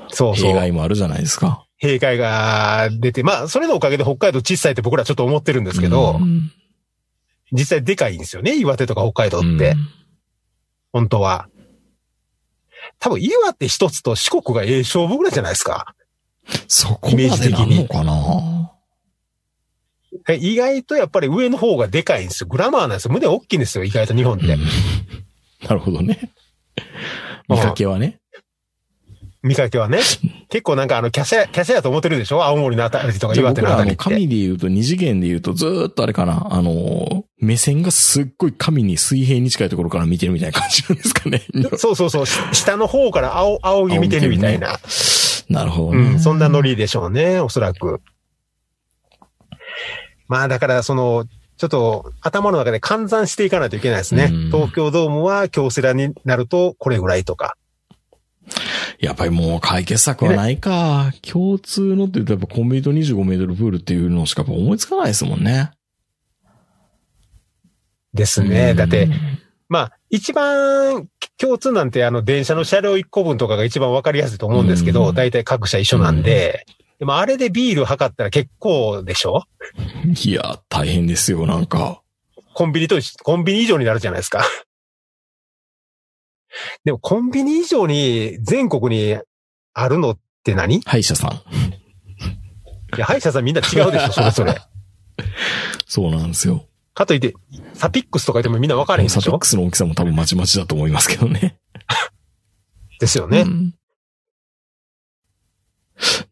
そうそ弊う、害もあるじゃないですか。閉会が出て、まあ、それのおかげで北海道小さいって僕らちょっと思ってるんですけど、うん実際でかいんですよね、岩手とか北海道って、本当は。多分岩手一つと四国がええ勝負ぐらいじゃないですか。そこまでなんのかなえ意外とやっぱり上の方がでかいんですよ。グラマーなんですよ。胸大きいんですよ、意外と日本って。うんなるほどね。見かけはね。見かけはね。結構なんかあの、キャシャ、キャシャやと思ってるでしょ青森のあたりとかじゃあ岩手僕のあらたありの、って。神で言うと二次元で言うとずーっとあれかな、あの、目線がすっごい神に水平に近いところから見てるみたいな感じなんですか ね。そうそうそう。し下の方から青、青木見てるみたいな。なるほどうね。ん、そんなノリでしょうね、おそらく。まあだから、その、ちょっと頭の中で換算していかないといけないですねうん。東京ドームは京セラになるとこれぐらいとか。やっぱりもう解決策はないか。共通のって言うとやっぱコンビニと25メートルプールっていうのしかやっぱ思いつかないですもんね。ですね。だってうん、、まあ、一番共通なんて、あの、電車の車両1個分とかが一番わかりやすいと思うんですけうど、ん大体各社一緒なんで、でもあれでビール測ったら結構でしょいや、大変ですよ、なんか。コンビニと一緒、コンビニ以上になるじゃないですか。 でもコンビニ以上に全国にあるのって何い歯医者さん。や、歯医者さんみんな違うでしょ、それぞ れ。そうなんですよ。かといって、サピックスとか言ってもみんなわかこらへのんでサしトッょクスの大きさも多分まちまちだと思いますけどね。ですよねう。ん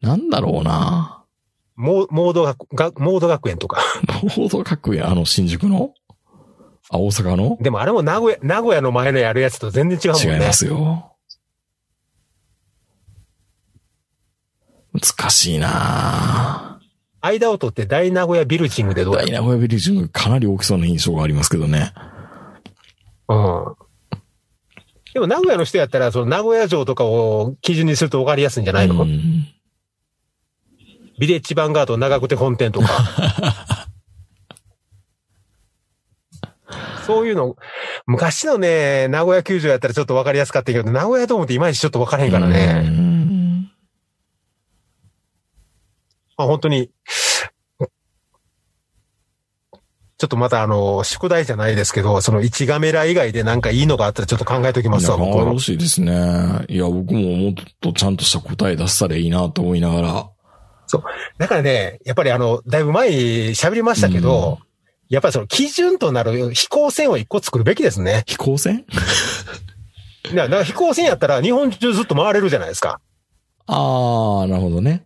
なんだろうな モーモード学が、モード学園とか。報道学園、あの、新宿のあ、大阪のでもあれも名古屋、名古屋の前のやるやつと全然違うもん違いね。ますよ。難しいな間を取って大名古屋ビルジングでどうやダイるナゴヤビリジングかなり大きそうな印象がありますけどね。うん。でも名古屋の人やったら、その名古屋城とかを基準にすると分かりやすいんじゃないの、うんビレッジヴァンガード長久手本店とか。そういうの、昔のね、名古屋球場やったらちょっと分かりやすかったけど、名古屋ドームっていまいちちょっと分からへんからね。うんまあ、本当に、ちょっとまたあの、宿題じゃないですけど、その1ガメラ以外でなんかいいのがあったらちょっと考えておきますわ、いや僕考えてはほ。しいですね。いや、僕ももっとちゃんとした答え出せたらいいなと思いながら。だからね、やっぱりあの、だいぶ前に喋りましたけど、やっぱりその基準となる飛行船を1個作るべきですね。飛行船ななんか飛行船やったら日本中ずっと回れるじゃないですか。あー、なるほどね。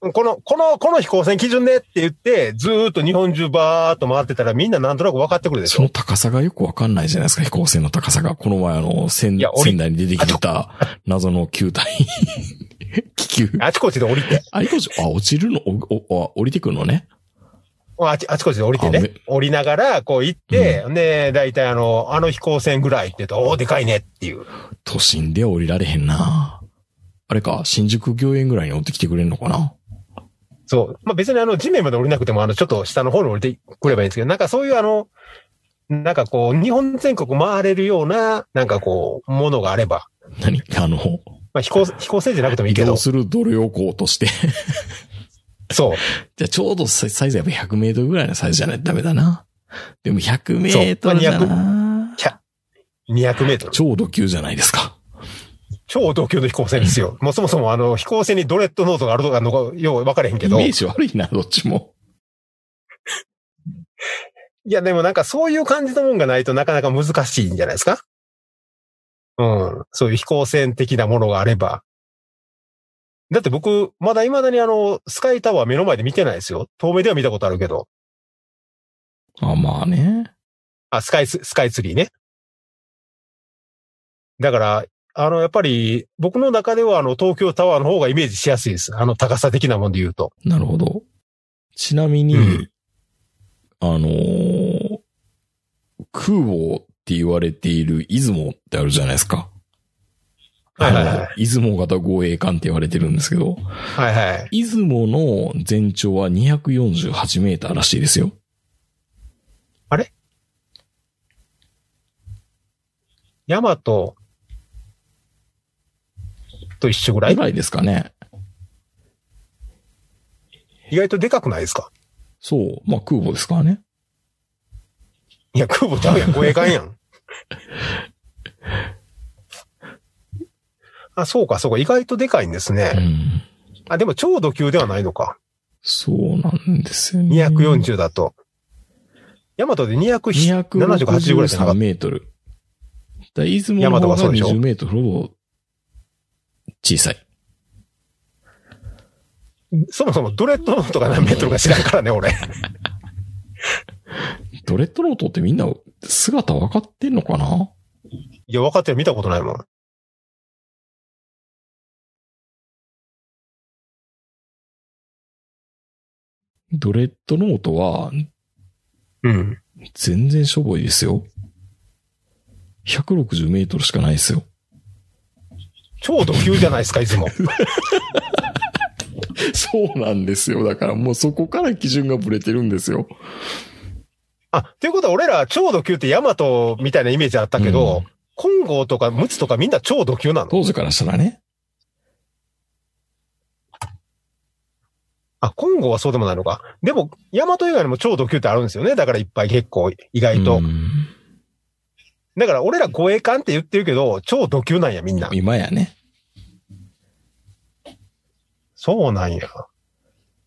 この、この、この飛行船基準でって言って、ずーっと日本中バーっと回ってたらみんななんとなく分かってくるでしそょの。高さがよくわかんないじゃないですか、飛行船の高さが。この前あの、仙いや俺仙台に出てきた謎の球体。 気球。あちこちで降りて、あ、いこち、あ、落ちるの、おおお降りてくるのね。あちあちこちで降りてあねめ、降りながらこう行って、ね、だいたいあの、あの飛行船ぐらいって言うと、おーでかいねっていう。都心では降りられへんな。あれか、新宿御苑ぐらいに降ってきてくれるのかな。そう。まあ、別にあの、地面まで降りなくても、あの、ちょっと下の方に降りてくればいいんですけど、なんかそういうあの、なんかこう、日本全国回れるような、なんかこう、ものがあれば、何あの、まあ、飛行、飛行船じゃなくてもいい移けど動、する奴隷港として。 そう。じゃあちょうどササイズやっぱ100メートルぐらいのサイズじゃないとダメだな。でも100メートルだそうまな。 200メートル。超度級じゃないですか。超同級の飛行船ですよ。もうそもそもあの、飛行船にドレッドノートがあるとかのか、よう分かれへんけイど。メーいジ悪いな、どっちも。や、でもなんかそういう感じのもんがないとなかなか難しいんじゃないですかうん。そういう飛行船的なものがあれば。だって僕、まだ未だにあの、スカイタワー目の前で見てないですよ。遠目では見たことあるけど。あ、まあね。あ、スカイツ、スカイツリーね。だから、あの、やっぱり、僕の中では、あの、東京タワーの方がイメージしやすいです。あの、高さ的なもんで言うと。なるほど。ちなみに、うんあのー空母って言われている出雲ってあるじゃないですか。はいはいはいあの出雲型護衛艦って言われてるんですけど、はいはい。出雲の全長は248メーターらしいですよ。あれヤマトと一緒ぐらぐいらいですかね。意外とでかくないですかそう。まあ空母ですからね。いや、空母ちゃ うやん。護衛艦やん。あ、そうか、そうか。意外とでかいんですうね。ん。あ、でも超度級ではないのか。そうなんですよね。 240だと。ヤマトで270、80ぐらいじゃなかった263メートル。だから出雲の大和方はそがうでしょ20メートルほど小さい。そもそもドレッドノートが何メートルか知らんからね、 俺。ドレッドノートってみんな姿分かってんのかないや、分かってる見たことないもん。ドレッドノートはうん。全然しょぼいですよ。160メートルしかないですよ。超ド級じゃないですか、い つも。そうなんですよ。だからもうそこから基準がブレてるんですよ。あ、ということは俺ら超ド級ってヤマトみたいなイメージあったけど、金剛とかムツとかみんな超ド級なの当時からしたらね。あ、金剛はそうでもないのか。でも、ヤマト以外にも超ド級ってあるんですよね。だからいっぱい結構、意外と。うんだから俺ら護衛艦って言ってるけど、超ド級なんや、みんな。今やね。そうなんや。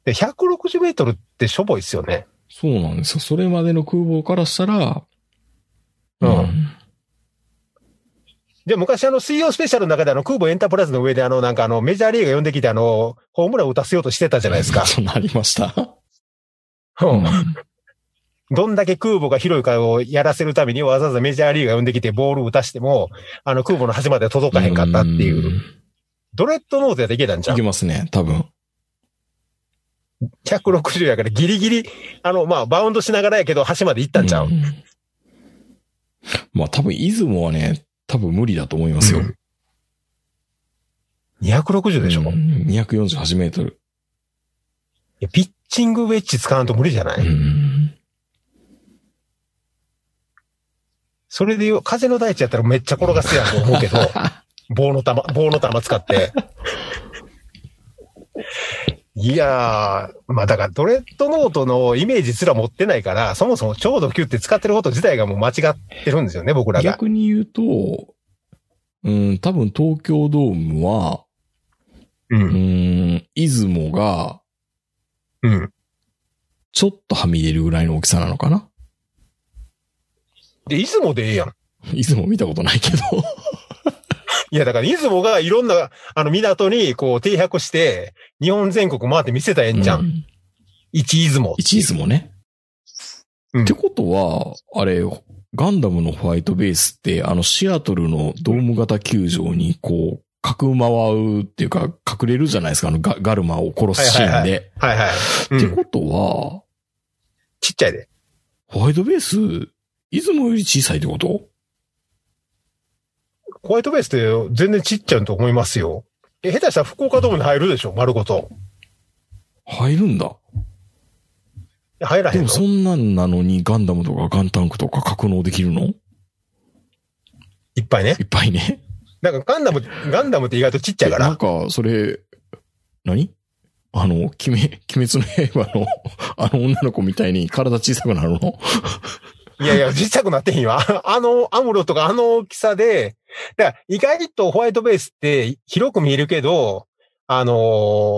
で、160メートルってしょぼいっすよね。そうなんですよ。それまでの空母からしたら、うんじゃあ昔あの水曜スペシャルの中であの空母エンタープライズの上であのなんかあのメジャーリーが呼んできてあのホームランを打たせようとしてたじゃないです か。そうなりました。うんどんだけ空母が広いかをやらせるためにわざわざメジャーリーが呼んできてボールを打たしても、あの空母の端まで届かへんかったっていう。んドレッドノーズやっていけたんじゃいんけ。ますね、多分。 160やからギリギリ、あの、まあ、バウンドしながらやけど端まで行ったんちゃう。んまあ多分、出雲はね、多分無理だと思いますよ。う260でしょ、うんい248メートル。やピッチングウェッジ使わんと無理じゃない、うんそれで言う、風の大地やったらめっちゃ転がすやんと思うけど、棒の玉、棒の玉使って。いやー、まあだからドレッドノートのイメージすら持ってないから、そもそも超ド級って使ってること自体がもう間違ってるんですよね、僕らが。逆に言うと、うん、多分東京ドームは、う。うんん、出雲がうん。ちょっとはみ出るぐらいの大きさなのかなで、出雲でええやん。出雲見たことないけど。いや、だから出雲がいろんな、あの港にこう停泊して、日本全国回って見せたらええんじゃん。うん。一出雲。一出雲ね。うんってことは、あれ、ガンダムのホワイトベースって、あの、シアトルのドーム型球場に、こう、角回うっていうか、隠れるじゃないですか、あのガ、ガルマを殺すシーンで。はいはいはい。うんってことは、ちっちゃいで。ホワイトベース、出雲より小さいってことホワイトベースって全然ちっちゃいと思いますよ。え、下手したら福岡ドームに入るでしょ、丸ごと。入るんだ。入らへでんものそんなんなのにガンダムとかガンタンクとか格納できるのいいっぱいね。っぱいね。なんかガンダム、ガンダムって意外とちっちゃいかなんら。か、それ、何あの、鬼滅、鬼滅の刃 の、あの女の子みたいに体小さくなるのいやいや、ちっちゃくなってへんよ。あ あの、アムロとかあの大きさで、だから意外とホワイトベースって広く見えるけど、あの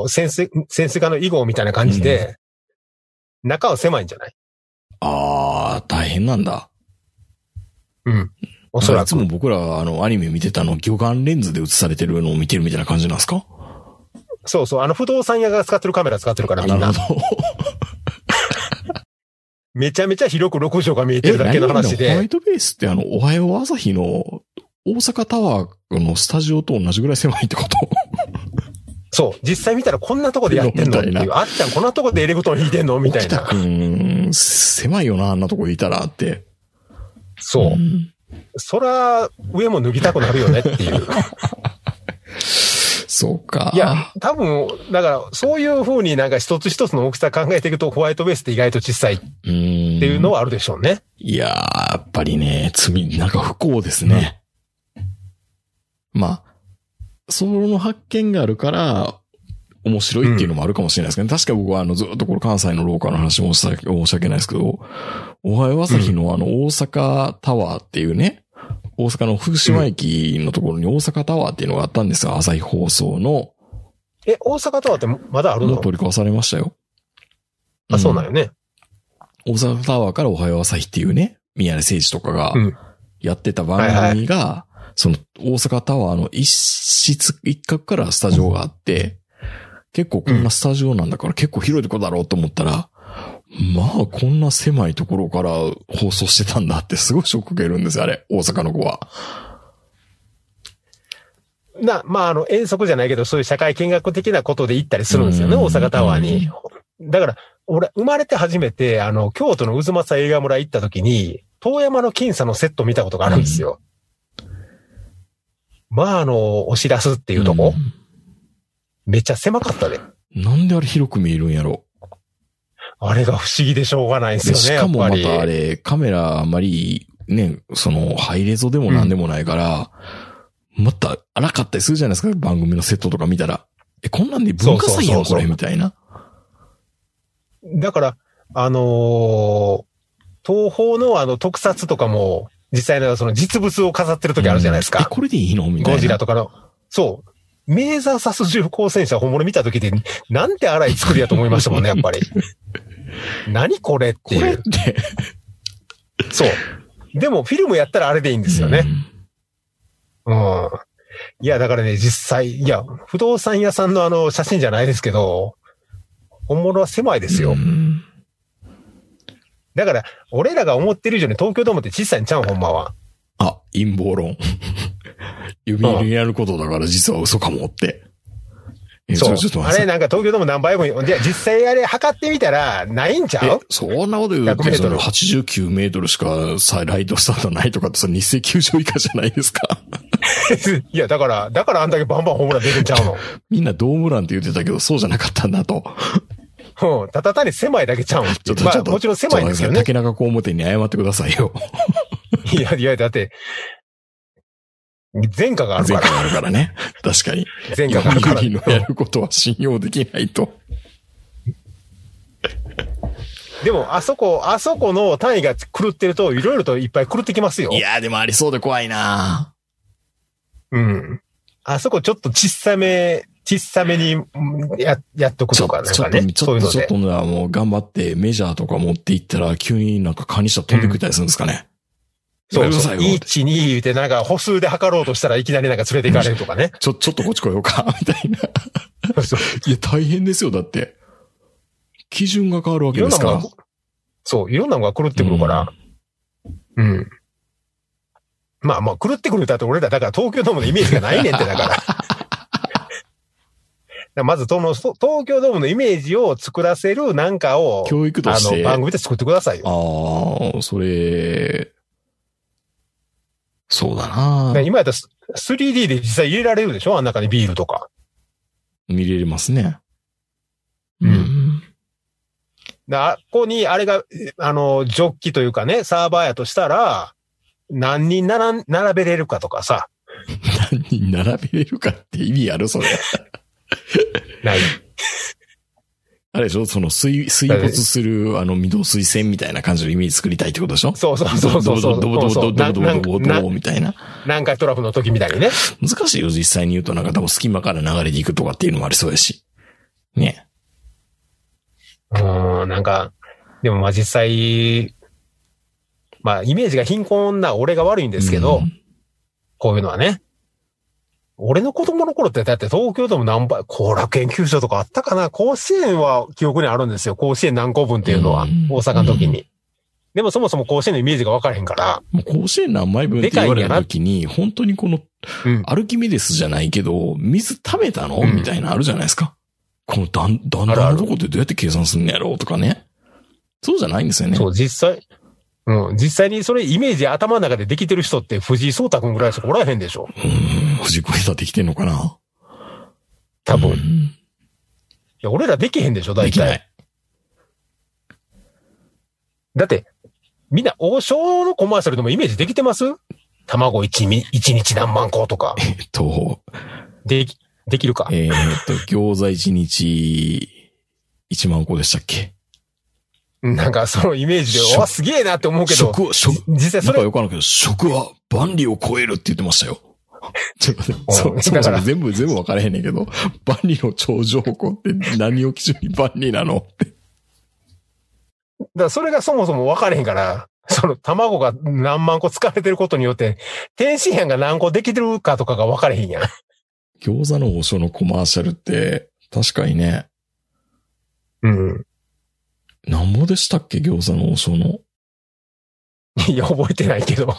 ー潜水、潜水艦の囲碁みたいな感じで、中は狭いんじゃないあー、大変なんだ。うん。おそらいくつ。も僕ら、あの、アニメ見てたの、魚眼レンズで映されてるのを見てるみたいな感じなんですかそうそう。あの、不動産屋が使ってるカメラ使ってるから、みんなる。なほど。めちゃめちゃ広く6畳が見えてえ、るだけの話何々ホワでイ。トベースってあの、おはよう朝日の、大阪タワーのスタジオと同じぐらい狭いってことそう。実際見たらこんなとこでやってんのってみたい。いうあっちゃんこんなとこでエレクトーン弾いてんのみたい沖田な。くん、狭いよな、あんなとこいたらって。そう。んそら、上も脱ぎたくなるよねっていう。そうか。いや、多分、だから、そういう風になんか一つ一つの大きさ考えていくと、ホワイトベースって意外と小さいってうーん、っていうのはあるでしょうね。いやー、やっぱりね、罪、なんか不幸ですね。まあ、その発見があるから、面白いっていうのもあるかもしれないですけど、確か僕はあのずっとこれ関西の廊下の話もした、申し訳ないですけど、おはよう朝日のあの大阪タワーっていうね、大阪の福島駅のところに大阪タワーっていうのがあったんですが、朝日放送の、え、大阪タワーってまだあるもうの取り壊されましたよ。あ、そうなんよよね。大阪タワーからおはよう朝日っていうね、宮根誠司とかがうんやってた番組が、その大阪タワーの一室、一角からスタジオがあって、結構こんなスタジオなんだから結構広いとこだろうと思ったら、まあこんな狭いところから放送してたんだってすごいショック受けるんですよ、あれ、大阪の子は。な、まあ、あの、遠足じゃないけど、そういう社会見学的なことで行ったりするんですよね、うん大阪タワーに。だから、俺、生まれて初めて、あの、京都の渦政映画村行った時に、遠山の金さんのセット見たことがあるんですよ。まあ、あの、押し出すっていうとこ、めっちゃ狭かったで。うんなんであれ広く見えるんやろあれが不思議でしょうがないんですでよね。しかもまやったあぱり。れ、カメラあんまり、ね、その、ハイレゾでもなんでもないから、また荒かったりするじゃないですか、番組のセットとか見たら。え、こんなんで文化祭やん、こそうそうそうそうれ、みたいな。だから、あのー東宝のあの特撮とかも、実際のその実物を飾ってる時あるじゃないですうんえ、か。これでいいのみたいな。ゴジラとかの。そう。メーザーサス銃光戦車本物見た時で、なんて荒い作りやと思いましたもんね、やっ ぱり。何これってこれいっう。て。そう。でも、フィルムやったらあれでいいんですよね。うん。いや、だからね、実際、いや、不動産屋さんのあの、写真じゃないですけど、本物は狭いでですよ。うんだから、俺らが思ってる以上に東京ドームって小さいんちゃうほんまは。あ、陰謀論。 指入れにやることだから実は嘘かもって。えそう。ちょっとあ待ってれなんか東京ドーム何倍分、いや、実際あれ測ってみたら、ないんちゃえう、そんなこと言うと、 100その89メートルしかさ、ライトスタートないとかって、その日生球場以下じゃないですか。 いや、だから、だからあんだけバンバンホームラン出るんちゃうの。みんなドームランって言ってたけど、そうじゃなかったんだ と。 うん。ただ単に狭いだけちゃうん。ちょっと、まちょあ、っと。もちろん狭いんですけどちょねっ。と竹中公務店に謝ってくださいよ。いや、いや、だって、前科がある前か回ら。があるからね。確かに。前科があるから読。売のやることは信用できないと。でも、あそこ、あそこの単位が狂ってると、いろいろといっぱい狂ってきますよい。やーでもありそうで怖いなうん。あそこちょっと小さめ、小さめにうんややっとくちょとっと、か、なんちょかっと、ね。ちそょうっいうと、のちょっで。とな、もう頑張ってメジャーとか持っていったら、急になんか管理者飛んでくれたりするんですかね。そうごめんなそさう。いよって1、2言うて、なんか歩数で測ろうとしたらいきなりなんか連れて行かれるとか ね。ちょ、ちょっとこっち来ようか、みたいな。そういや、大変ですよ、だって。基準が変わるわいけろでんなすもからのが。、そう、いろんなものが狂ってくるから。うん。まあまあ、狂ってくるだって俺ら、だから東京ドームのイメージがないねんって、だから。だから まず、その、そ東京ドームのイメージを作らせるなんかを、教育とあしの、て。番組で作ってくださいよ。ああ、それ、そうだなね今やったらス 3D で実際入れられるでしょあん中にビールとか。見れますね。うん。なあ、ここに、あれが、えあの、ジョッキというかね、サーバーやとしたら、何人なら並べれるかとかさ、何人並べれるかって意味あるそれ。ない。あれでしょその水、水没する、あの、未動水線みたいな感じのイメージ作りたいってことでしょそうそうそうそうそう。ドボドボドボドボドボドボドボドボドボみたいな。何回トラフの時みたいにね。難しいよ、実際に言うとなんか多分隙間から流れていくとかっていうのもありそうやし。ね。うーん、なんか、でもまあ実際、まあイメージが貧困な俺が悪いんですけど、うんこういうのはね。俺の子供の頃って、だって東京でも何倍、後楽園球場とかあったかな甲子園は記憶にあるんですよ。甲子園何個分っていうのはうん、大阪の時に。でもそもそも甲子園のイメージが分からへんから。もう甲子園何枚分って言われた時に、本当にこのう ん。アルキメデスじゃないけど、水溜めたのうんみたいなのあるじゃないですか。この段、段あるあ々るのとこってどうやって計算すんのやろうとかね。そうじゃないんですよね。そう、実際。うん。実際にそれイメージ頭の中でできてる人って藤井聡太くんぐらいしかおらへんでしょ。うーん、藤子枝できてんのかな多分。ういんや、俺らできへんでしょ、で大きな体。い。だって、みんな王将のコマーシャルでもイメージできてます卵 1, み一日何万個とか。えっと、でき、できるか。えーっと、 餃子1日1万個でしたっけなんかそのイメージで、食わ、すげえなって思うけど、食は、食、実際なそんかれ、よくわからんけど、食は万里を超えるって言ってま したよ。ちょっと待ってうんそう、だそからもそも全部、全部分からへんねんけど、万里の頂上湖って何を基準に万里なのって。だからそれがそもそも分かれへんから、その卵が何万個使われてることによって、天津飯が何個できてるかとかが分かれへんやん。餃子の王将のコマーシャルって、確かにね、うん。なんぼでしたっけ餃子の王将の。いや、覚えてないけど。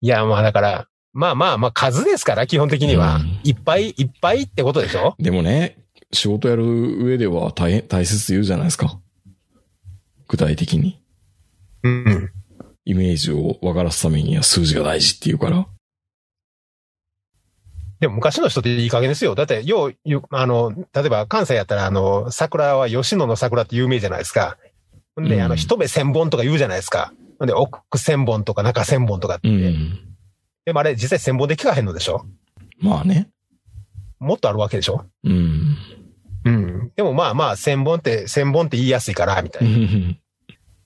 いや、まあだから、まあまあまあ数ですから、基本的には。うんいっぱいいっぱいってことでしょでもね、仕事やる上では大変、大切って言うじゃないですか。具体的に。うん。イメージを分からすためには数字が大事って言うから。でも昔の人っていい加減ですよ。だって、よう言う、あの、例えば関西やったら、あの、桜は吉野の桜って有名じゃないですか。ほんうんで、あの、一目千本とか言うじゃないですか。ほんで、奥千本とか中千本とかって。うん。でもあれ、実際千本で聞かへんのでしょまあね。もっとあるわけでしょうん。うん。でもまあまあ、千本って、千本って言いやすいから、みたい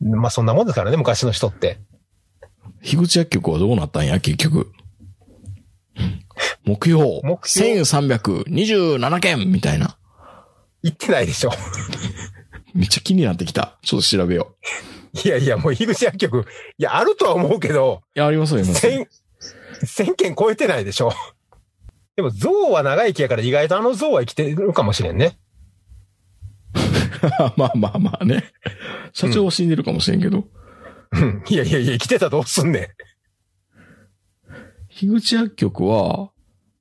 な。まあそんなもんですからね、昔の人って。 樋口薬局はどうなったんや、結局。 目標、目標1327件みたいな。言ってないでしょ。 めっちゃ気になってきた。ちょっと調べよう。いやいや、もう、樋口薬局、いや、あるとは思うけど、いや、ありますよ、ありますよ千、千件超えてないでしょ。 でも、象は長生きやから意外とあの象は生きてるかもしれんね。まあまあまあね。社長は死んでるかもしれんけど。うんいやいやいや、生きてたらどうすんね樋口薬局は、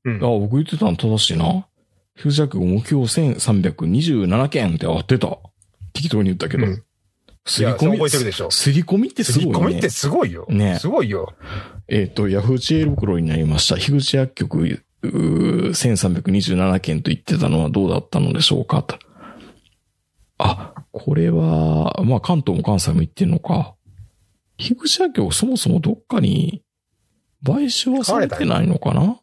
ん。あ、うん。僕言ってたの正しいな。樋口薬局目標1327件って合ってた。適当に言ったけど。うんすり込いやそうみ。覚えてるでしょすり込みってすすごいりね。込みってすごいよ。ねすごいよ。えっ、と、ヤフー知恵袋になりました。樋口薬局、うー1327件と言ってたのはどうだったのでしょうかと。あ、これは、まあ関東も関西も言ってんのか。樋口薬局そもそもどっかに買収はされてないのかな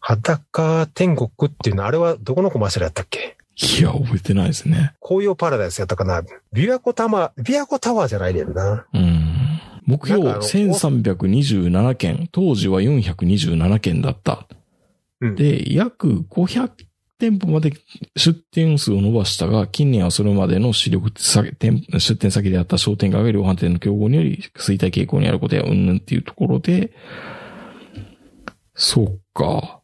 裸天国っていうのは、あれはどこのコマーシャルやったっけいや、覚えてないですね。紅葉パラダイスやったかな琵琶湖タワー、琵琶湖タワーじゃないねんな。うん。目標なんかあの1327件、当時は427件だった。うんで、約500店舗まで出店数を伸ばしたが、近年はそれまでの主力先店出店先であった商店街が量販店の競合により衰退傾向にあることや、うんぬんっていうところで、そうか。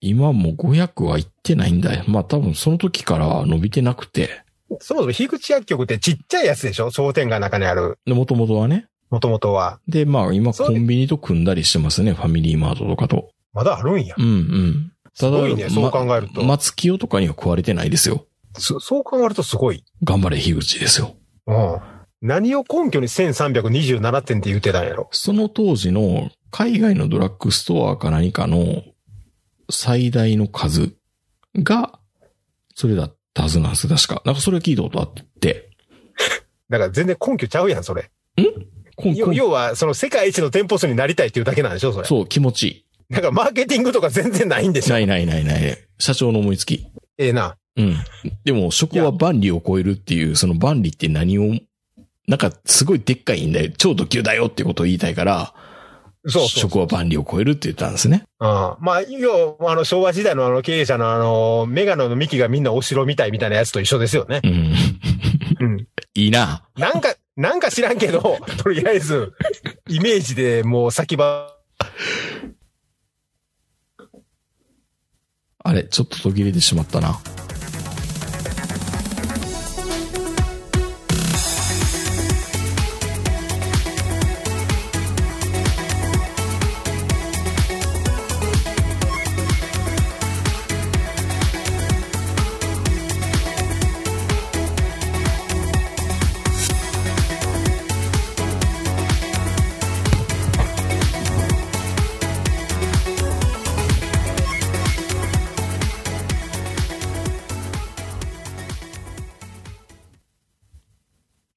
今も500は行ってないんだよ。まあ多分その時から伸びてなくて、そもそも樋口薬局ってちっちゃいやつでしょ商店街の中にある、もともとはね。もともとは。で、まあ今そコうねンビニと組んだりしてますね。ファミリーマートとかと。まだあるんやう。んうん。すただ、ごいね、そう考えると。ま、松清とかには食われてないですよ。そそう考えるとすごい。頑張れ、樋口ですよ。うん。何を根拠に1327点って言ってたんやろ。その当時の海外のドラッグストアか何かの最大の数が、それだったはずなんですよ、確か。なんかそれは聞いたことあって。だから全然根拠ちゃうやん、それ。こん要こん要は、その世界一の店舗数になりたいっていうだけなんでしょ、それ。そう、気持ちいなんかマーケティングとか全然ないんでい。しょ。ないないないない。社長の思いつき。ええな。うん。でも、食は万里を超えるっていう、その万里って何を、なんかすごいでっかいんだよ。超ド級だよってことを言いたいから、そうそう。食は万里を超えるって言ったんですね。うん、まあ、要は、あの、昭和時代のあの、経営者のあの、メガネの幹がみんなお城みたいみたいなやつと一緒ですよね。うん。うん。いいな。なんか、なんか知らんけど、とりあえず、イメージでもう先ば、あれ、ちょっと途切れてしまったな。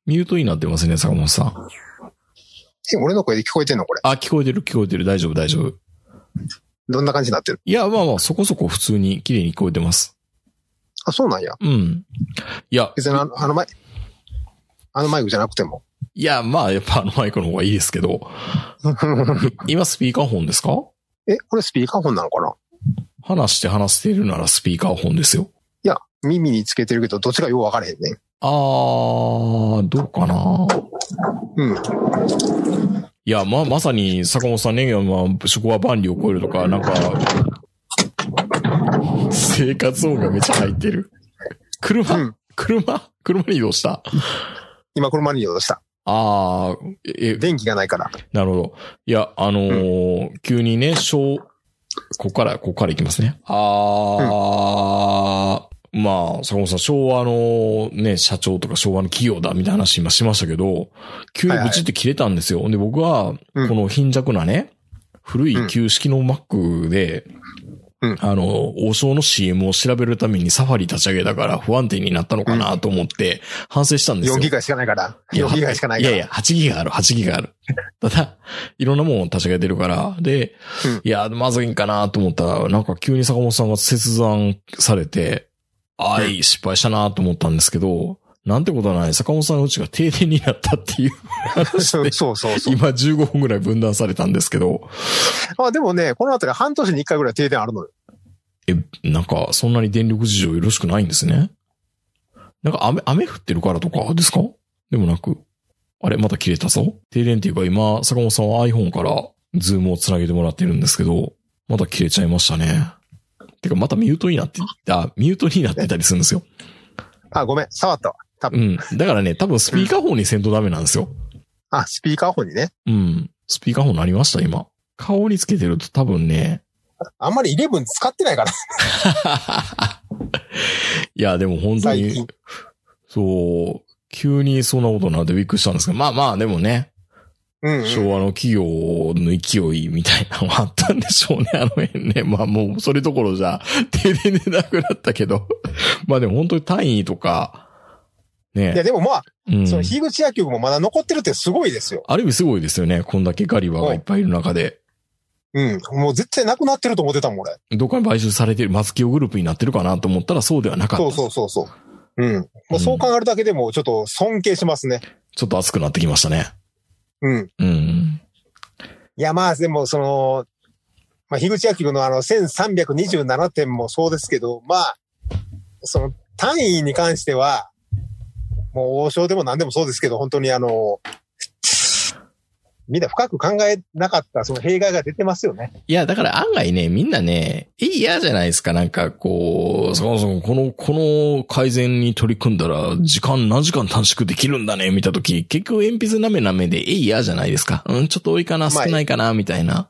ミュートになってますね、坂本さん。え、俺の声で聞こえてんのこれ。あ、聞こえてる、聞こえてる、大丈夫、大丈夫。どんな感じになってるいや、まあまあ、そこそこ普通に綺麗に聞こえてます。あ、そうなんや。うん。いや、別にあのあのマイ、あのマイクじゃなくても。いや、まあ、やっぱあのマイクの方がいいですけど、今スピーカーフォンですかえ、これスピーカーフォンなのかな話して話しているならスピーカーフォンですよ。いや、耳につけてるけど、どっちかよう分からへんね。あー、どうかなうん。いや、ま、まさに坂本さんね、まあ、そこは万里を超えるとか、なんか、生活音がめっちゃ入ってる。車、うん車車に移動した。今車に移動した。あー、え、電気がないから。なるほど。いや、あのー急にね、小、ここから、ここから行きますね。あー、まあ、坂本さん、昭和のね、社長とか昭和の企業だ、みたいな話今しましたけど、急にブチって切れたんですよ。で、僕は、こうんの貧弱なね、古い旧式の Mac で、うんあの、王将の CM を調べるためにサファリ立ち上げたから不安定になったのかなと思って反省したんですよ。 4ギガしかないから。4ギガしかないいかやら。いや、8ギガある、8ギガある。 ただ、いろんなもん立ち上げてるから、で、うんいや、まずいんかなと思ったら、なんか急に坂本さんが切断されて、あい、失敗したなと思ったんですけど、なんてことはない、坂本さんのうちが停電になったっていう話そうで、そうそうそう。今15分ぐらい分断されたんですけど、まあでもね、この辺り半年に1回ぐらい停電あるのよ。え、なんか、そんなに電力事情よろしくないんですね。なんか雨、雨降ってるからとかですかでもなく。あれ、また切れたぞ。停電っていうか今、坂本さんは iPhone からズームをつなげてもらってるんですけど、また切れちゃいましたね。てか、またミュートになって、あ、ミュートになってたりするんですよ。あ、ごめん、触ったわ。うん。だからね、多分スピーカーフォンにせんとダメなんですよ。あ、スピーカーフォンにね。うん。スピーカーフォンなりました、今。顔につけてると多分ね、あんまり11使ってないから。いや、でも本当最に近、そう、急にそんなことになってびっくりしたんですけど、まあまあ、でもね、うん、うん。昭和の企業の勢いみたいなのもあったんでしょうね、あの辺ね。 まあもう、それどころじゃ、停電でなくなったけど、 まあでも本当に単位とか、いや、ね、でもまあ、うん。その、樋口野球部もまだ残ってるってすごいですよ。ある意味すごいですよね、こんだけガリバーがいっぱいいる中で。うん。もう絶対なくなってると思ってたもん、俺。どっかに買収されてる、松清グループになってるかなと思ったらそうではなかった。そうそうそうそう。うん。もうそう考えるだけでも、ちょっと尊敬しますね。ちょっと熱くなってきましたね。うん。うん。いや、まあ、でも、その、まあ、樋口野球部のあの、1327点もそうですけど、まあ、その、単位に関しては、もう王将でも何でもそうですけど、本当にあの、みんな深く考えなかった、その弊害が出てますよね。いや、だから案外ね、みんなね、え嫌じゃないですか。なんか、こう、そもそもこの、この改善に取り組んだら、時間何時間短縮できるんだね、見たとき、結局鉛筆なめなめで、え嫌じゃないですか。うん、ちょっと多いかな、ま少あないかな、みたいな。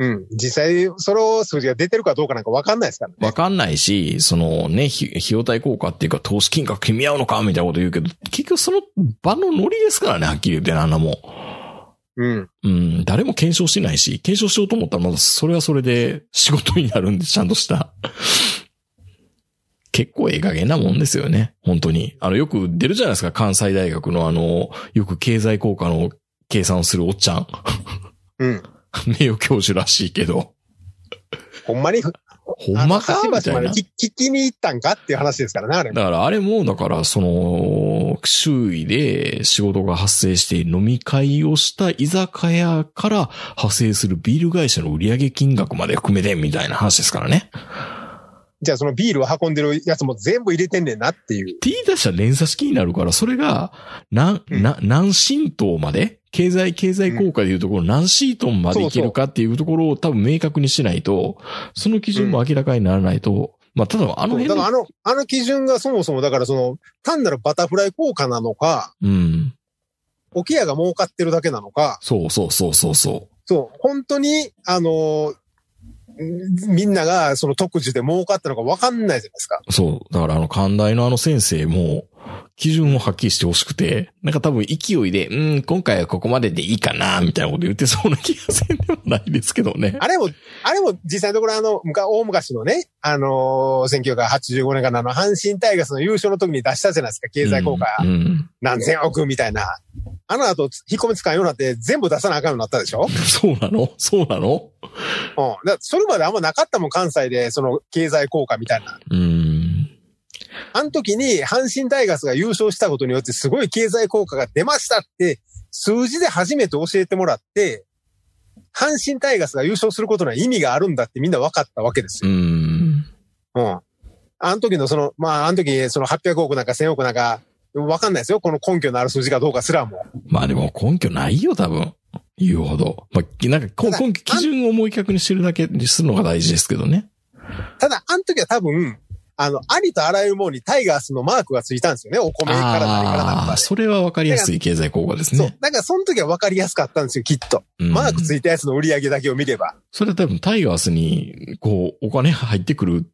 うん。実際、それを数字が出てるかどうかなんかわかんないですからね。わかんないし、そのね、ひ費用対効果っていうか、投資金額組み合うのか、みたいなこと言うけど、結局その場のノリですからね、はっきり言ってね、あんなもん。うん。うん、誰も検証してないし、検証しようと思ったらまだそれはそれで仕事になるんで、ちゃんとした。 結構ええ加減なもんですよね。本当に。あの、よく出るじゃないですか。関西大学のあの、よく経済効果の計算をするおっちゃん。 うん。名誉教授らしいけど。ほんまに、ほんまかあのみた端々まいでな。聞聞きに行ったんかっていう話ですからね、あれ。だからあれも、だからその、周囲で仕事が発生して飲み会をした居酒屋から派生するビール会社の売上金額まで含めてみたいな話ですからね。っじゃあそのビールを運んでるやつも全部入れてんねんなっていう。て言い出したら連鎖式になるから、それが、なん、うんな、何神道まで経済、経済効果でいうところ、何シートンまでいけるかっていうところを多分明確にしないと、その基準も明らかにならないと、まあ、ただあのそう辺だからの、あの、あの基準がそもそもだからその、単なるバタフライ効果なのか、うん。沖屋が儲かってるだけなのか、そうそうそうそうそう。そう、本当に、あの、んみんながその特需で儲かったのか分かんないじゃないですか。そう。だからあの、寛大のあの先生も、基準をはっきりしてほしくて、なんか多分勢いで、うん、今回はここまででいいかな、みたいなこと言ってそうな気がせんでもないですけどね。あれも、あれも実際のところあの、むか大昔のね、あのー、1985年からの阪神タイガースの優勝の時に出したじゃないですか、経済効果うん。うん何千億みたいな。あの後、引っ込みつかんようになって全部出さなあかんようになったでしょうん。そうなのそうなのだからそれまであんまなかったもん、関西で、その経済効果みたいな。うん。あの時に、阪神タイガースが優勝したことによって、すごい経済効果が出ましたって、数字で初めて教えてもらって、阪神タイガースが優勝することには意味があるんだってみんな分かったわけですようん。うん。あの時のその、まあ、あの時、その800億なんか1000億なんか、わかんないですよ。この根拠のある数字かどうかすらも。まあでも根拠ないよ、多分。言うほど。まあ、なんかこただ根拠、基準を思い確にしてるだけにするのが大事ですけどね。ただ、あの時は多分、あの、ありとあらゆるものにタイガースのマークがついたんですよね。お米から何から何あかあ、で。それはわかりやすい経済効果ですそうね。。だから、その時は分かりやすかったんですよ、きっと。うんマークついたやつの売り上げだけを見れば。それは多分タイガースに、こう、お金が入ってくる、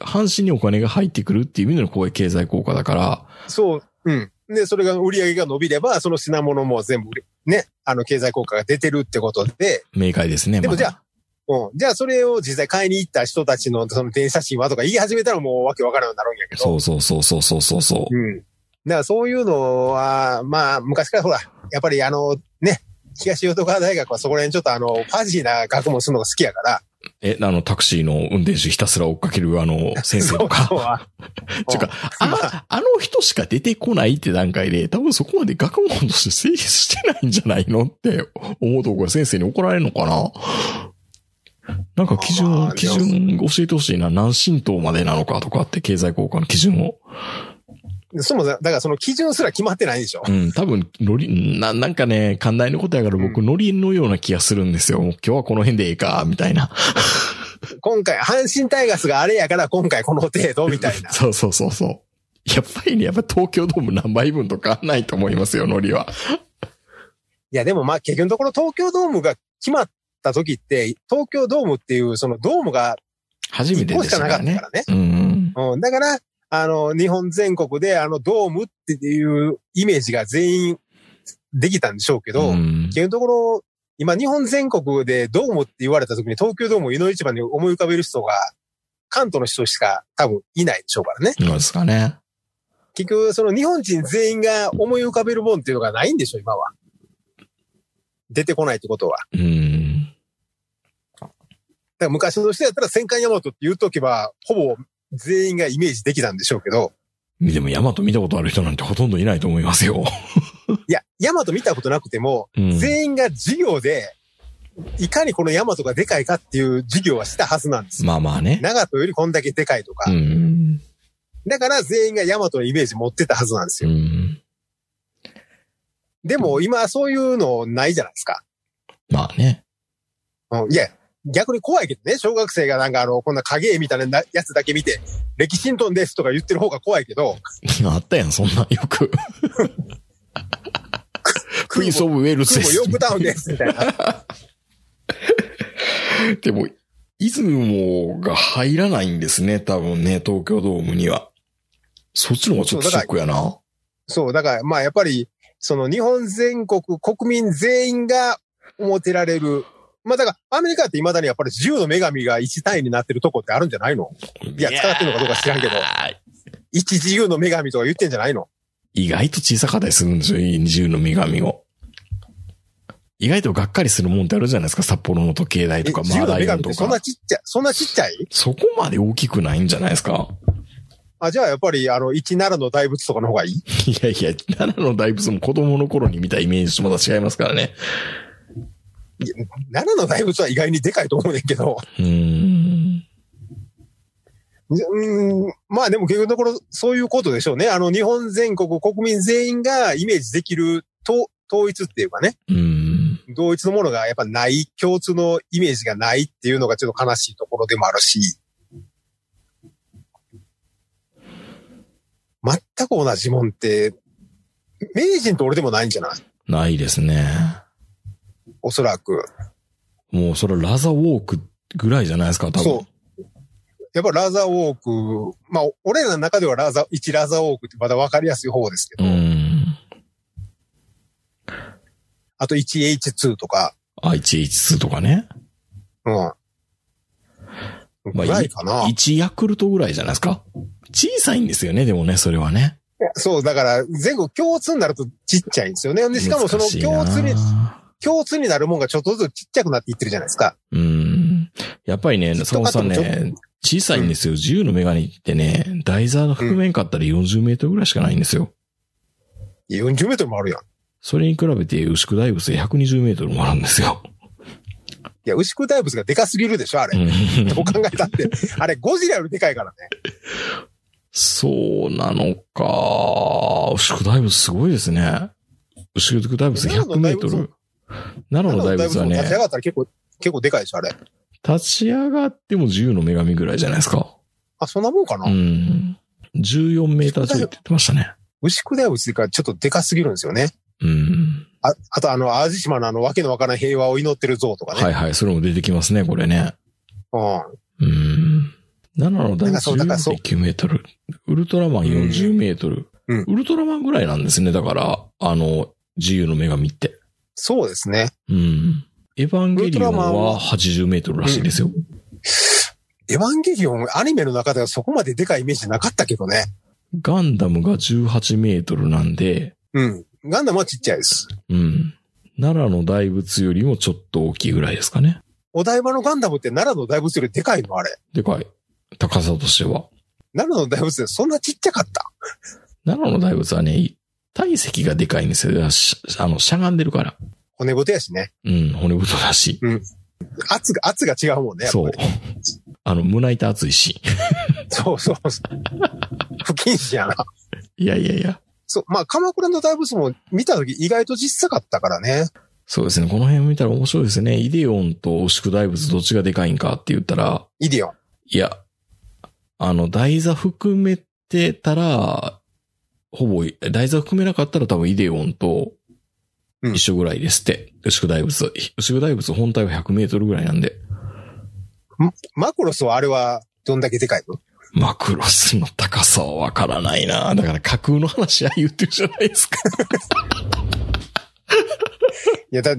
阪神にお金が入ってくるっていう意味でのこういう経済効果だから、そう。うん。で、それが売り上げが伸びれば、その品物も全部売れ、ね、あの、経済効果が出てるってことで、明快ですね。でもまだじゃうん。じゃあそれを実際買いに行った人たちのその電車賃はとか言い始めたらもうわけわからんようになるんやけど。そうそうそうそうそうそうそう。うん。だからそういうのは、まあ、昔からほら、やっぱりあの、ね、東淀川大学はそこら辺ちょっとあの、ファジーな学問するのが好きやから。え、あの、タクシーの運転手ひたすら追っかける、あの、先生とか。 ちそうゅうか、あ、あの人しか出てこないって段階で、多分そこまで学問として成立してないんじゃないのって思うとこが先生に怒られるのかななんか基準まを、あ基準教えてほしいな。何神道までなのかとかって経済効果の基準を。そもそも、だからその基準すら決まってないでしょう。ん、多分、ノリ、な、なんかね、寛大なことやから僕、うノリのような気がするんですよ。もう今日はこの辺でええか、みたいな。今回、阪神タイガースがあれやから今回この程度みたいな。 そうそうそうそう。やっぱりね、やっぱ東京ドーム何倍分とかないと思いますよ、ノリは。いや、でもまあ結局のところ東京ドームが決まった時って、東京ドームっていうそのドームが初め一て個でししたかかなからったねか。らね。うん。うん、だから、あの、日本全国であのドームっていうイメージが全員できたんでしょうけど、うん結局のところ、今日本全国でドームって言われた時に東京ドームを湯の市場に思い浮かべる人が、関東の人しか多分いないでしょうからね。どうですかね。結局、その日本人全員が思い浮かべるもんっていうのがないんでしょ、今は。出てこないってことは。うん。だから昔の人やったら戦艦ヤマトって言うとけば、ほぼ全員がイメージできたんでしょうけど、でも、ヤマト見たことある人なんてほとんどいないと思いますよ。いや、ヤマト見たことなくても、うん。全員が授業で、いかにこのヤマトがでかいかっていう授業はしたはずなんですよ。まあまあね。長門よりこんだけでかいとかう。ん。だから全員がヤマトのイメージ持ってたはずなんですうよ。ん。でも今そういうのないじゃないですか。まあね。 うん、いや、逆に怖いけどね、小学生がなんかあの、こんな影絵みたいなやつだけ見て、歴史ントンですとか言ってる方が怖いけど、あったやん、そんな、よ く。クイーンズ・オブ・ウェールズ空で母すヨークダウンですみたいな。でも、出雲が入らないんですね、多分ね、東京ドームには。そっちの方がちょっとショックやな。そう、だからまあやっぱり、その日本全国国民全員が思ってられる。まあだからアメリカって未だにやっぱり自由の女神が1単位になってるとこってあるんじゃないのいや、使ってるのかどうか知らんけどい、やー一自由の女神とか言ってんじゃないの意外と小さかったりするんですよ、二重の女神を。意外とがっかりするもんってあるじゃないですか、札幌の時計台えとか、自マ由ーのラ女イオン神っとてそんなか。ちっちゃい、そんなちっちゃいそこまで大きくないんじゃないですか。 あ、じゃあやっぱりあの、一奈良の大仏とかの方がいいいやいや、奈良の大仏も子供の頃に見たイメージとまた違いますからね。奈良の大仏は意外にでかいと思うねんけど。うーん。うん、まあでも結局のところ、そういうことでしょうね。あの、日本全国国民全員がイメージできると、統一っていうかね、うーん。同一のものがやっぱない、共通のイメージがないっていうのがちょっと悲しいところでもあるし、全く同じもんって、名人と俺でもないんじゃないないですね。おそらく。もうそれラザウォークぐらいじゃないですか、多分。そう。やっぱラザーウォーク、まあ、俺らの中ではラザ、一ラザーウォークってまだ分かりやすい方ですけうど、ん。あと 1H2 とか、 IHH2 とかね。うん。まあぐらいかな。 1ヤクルトぐらいじゃないですか。小さいんですよね、でもね、それはね。そう、だから、全国共通になるとちっちゃいんですよね。でしかもその難しいな共通に、共通になるもんがちょっとずつちっちゃくなっていってるじゃないですか。うん。やっぱりね、ちょっと坂本さんちょっね、小さいんですよ。自由の女神ってね、台座が覆面買ったら40メートルぐらいしかないんですよ。 40メートルもあるやん。いそれに比べて、牛久大仏で120メートルもあるんですよ。や、牛久大仏がでかすぎるでしょ、あうれ。んどう考えたって。あれ、ゴジラよりでかいからね。そうなのか。牛久大仏すごいですね。牛久大仏100メートル。奈良の大仏は立ち上ね、がったら結構、結構でかいでしょ、あれ。立ち上がっても自由の女神ぐらいじゃないですか。あ、そんなもんかな。うん。14メーター超えって言ってましたね。牛久大仏がちょっとでかすぎるんですよね。うん。ああと、あの、淡路島のあの、わけのわからん平和を祈ってる像とかね。はいはい、それも出てきますね、これね。うん。うん。7の大なんか学そうなんかそう14.9メートル。ウルトラマン40メートル。うんウルトラマンぐらいなんですね。だから、あの、自由の女神って。そうですね。うん。エヴァンゲリオンウルトラマンはは80メートルらしいですよ。エヴァンゲリオン、アニメの中ではそこまででかいイメージなかったけどね。ガンダムが18メートルなんで、うん。ガンダムはちっちゃいです。うん。奈良の大仏よりもちょっと大きいぐらいですかね。お台場のガンダムって奈良の大仏よりでかいのあれ。でかい。高さとしては。奈良の大仏ってそんなちっちゃかった。奈良の大仏はね、体積がでかいんですよ。だからしあの、しゃがんでるから。骨太やしね。うん、骨太だし。圧が、圧が違うもんね。やっぱそう り。あの、胸板厚いし。そうそうそう。不謹慎やな。いやいやいや。そう。まあ、鎌倉の大仏も見たとき意外と小さかったからね。そうですね。この辺を見たら面白いですね。イデオンと牛久大仏どっちがでかいんかって言ったら、イディオン。いや、あの、台座含めてたら、ほぼ、台座含めなかったら多分イデオンとうん一緒ぐらいですって。牛久大仏。牛久大仏本体は100メートルぐらいなんで。マクロスはあれはどんだけでかいのマクロスの高さはわからないなだから架空の話は言ってるじゃないですか。いや、だ、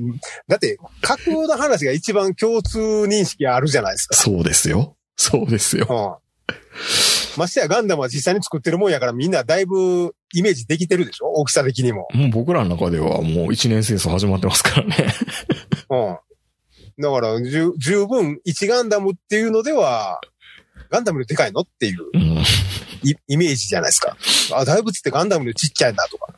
だって、架空の話が一番共通認識あるじゃないですか。そうですよ。そうですよ。うん。ましてやガンダムは実際に作ってるもんやからみんなだいぶイメージできてるでしょ大きさ的にも。もう僕らの中ではもう一年戦争始まってますからね。うん。だから、じゅ十分、一ガンダムっていうのでは、ガンダムよりでかいのっていううん。イイメージじゃないですか。あ、大仏ってガンダムよりちっちゃいなとか。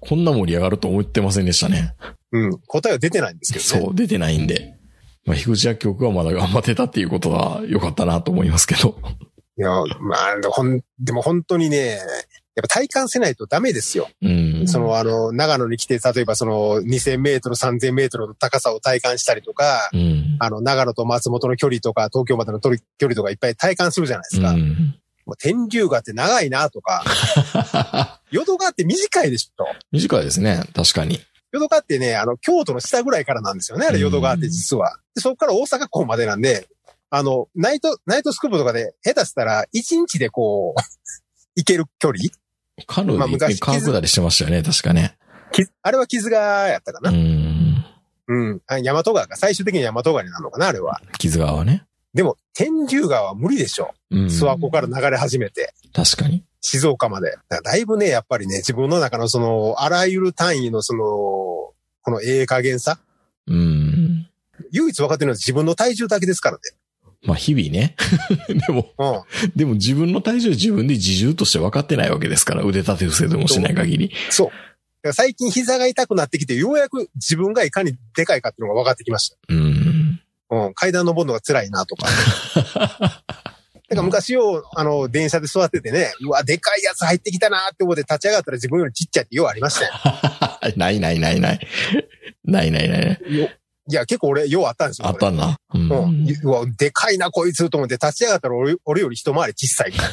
こんな盛り上がると思ってませんでしたね。うん。答えは出てないんですけどね。そう、出てないんで。まあ、樋口薬局はまだ頑張ってたっていうことは良かったなと思いますけど。いや、まあ、ほん、でも本当にね、やっぱ体感せないとダメですよ。うん。その、あの、長野に来て、例えばその、2000メートル、3000メートルの高さを体感したりとか、うん。あの、長野と松本の距離とか、東京までの距離距離とかいっぱい体感するじゃないですか。うん。もう天竜川って長いな とか、淀川って短いでしょ。短いですね。確かに。淀川ってね、あの、京都の下ぐらいからなんですよね、あれ、淀川って実は。でそこから大阪港までなんで、あの、ナイト、ナイトスクープとかで、下手したら、1日でこう、 行ける距離カヌまあーで昔一回川下りしてましたよね。確かね。きあれは傷がやったかうな。ん。うん。あ大和川か。最終的に大和川になるのかな、あれは。傷川はね。でも、天竜川は無理でしょ。うん。諏訪湖から流れ始めて、確かに。静岡まで。だだいぶね、やっぱりね、自分の中のその、あらゆる単位のその、このええ加減さ。うん。唯一分かってるのは自分の体重だけですからね。まあ、日々ね。 でも、うん。でも自分の体重自分で自重として分かってないわけですから、腕立て伏せでもしない限り。そう。だから最近膝が痛くなってきて、ようやく自分がいかにでかいかっていうのが分かってきましうん。 た。うん。階段登るのが辛いなとか。だから昔よう、あの、電車で座っててね、うわ、でかいやつ入ってきたなって思って立ち上がったら自分よりちっちゃいってようありましたよ。ないないないない。ないないないない。よいや、結構俺、ようあったんですよ。あったな。うん。俺。うん。うわ、でかいな、こいつと思って立ち上がったら俺俺より一回り小さいみたい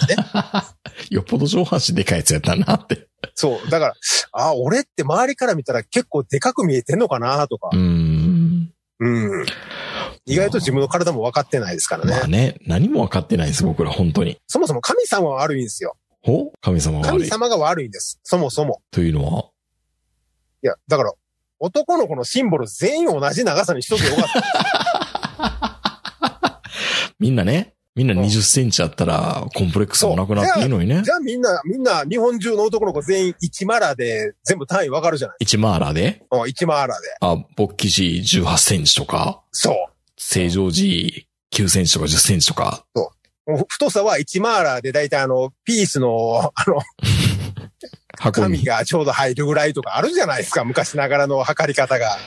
なね。よっぽど上半身でかいやつやったなって。そう。だから、あ、俺って周りから見たら結構でかく見えてんのかなとかう。ん。うん。意外と自分の体も分かってないですからねまあ。ね、何も分かってないです、僕ら、本当に。そもそも神様は悪いんですよ。ほ神様が悪神い。様が悪いんです。そもそも。というのは。いや、だから、男の子のシンボル全員同じ長さにしとけよか った。みんなね、みんなうん20センチあったら、コンプレックスもなくなっていいのにねじ。ゃあみんな、みんな、日本中の男の子全員1マラで全部単位わかるじゃない1マーラーで、うん、1マラで。あ、勃起時18センチとか、そ正常時9センチとか10センチとか、う。もう太さは1マラで大体あの、ピースの、あの、箱神に。がちょうど入るぐらいとかあるじゃないですか。昔ながらの測り方が。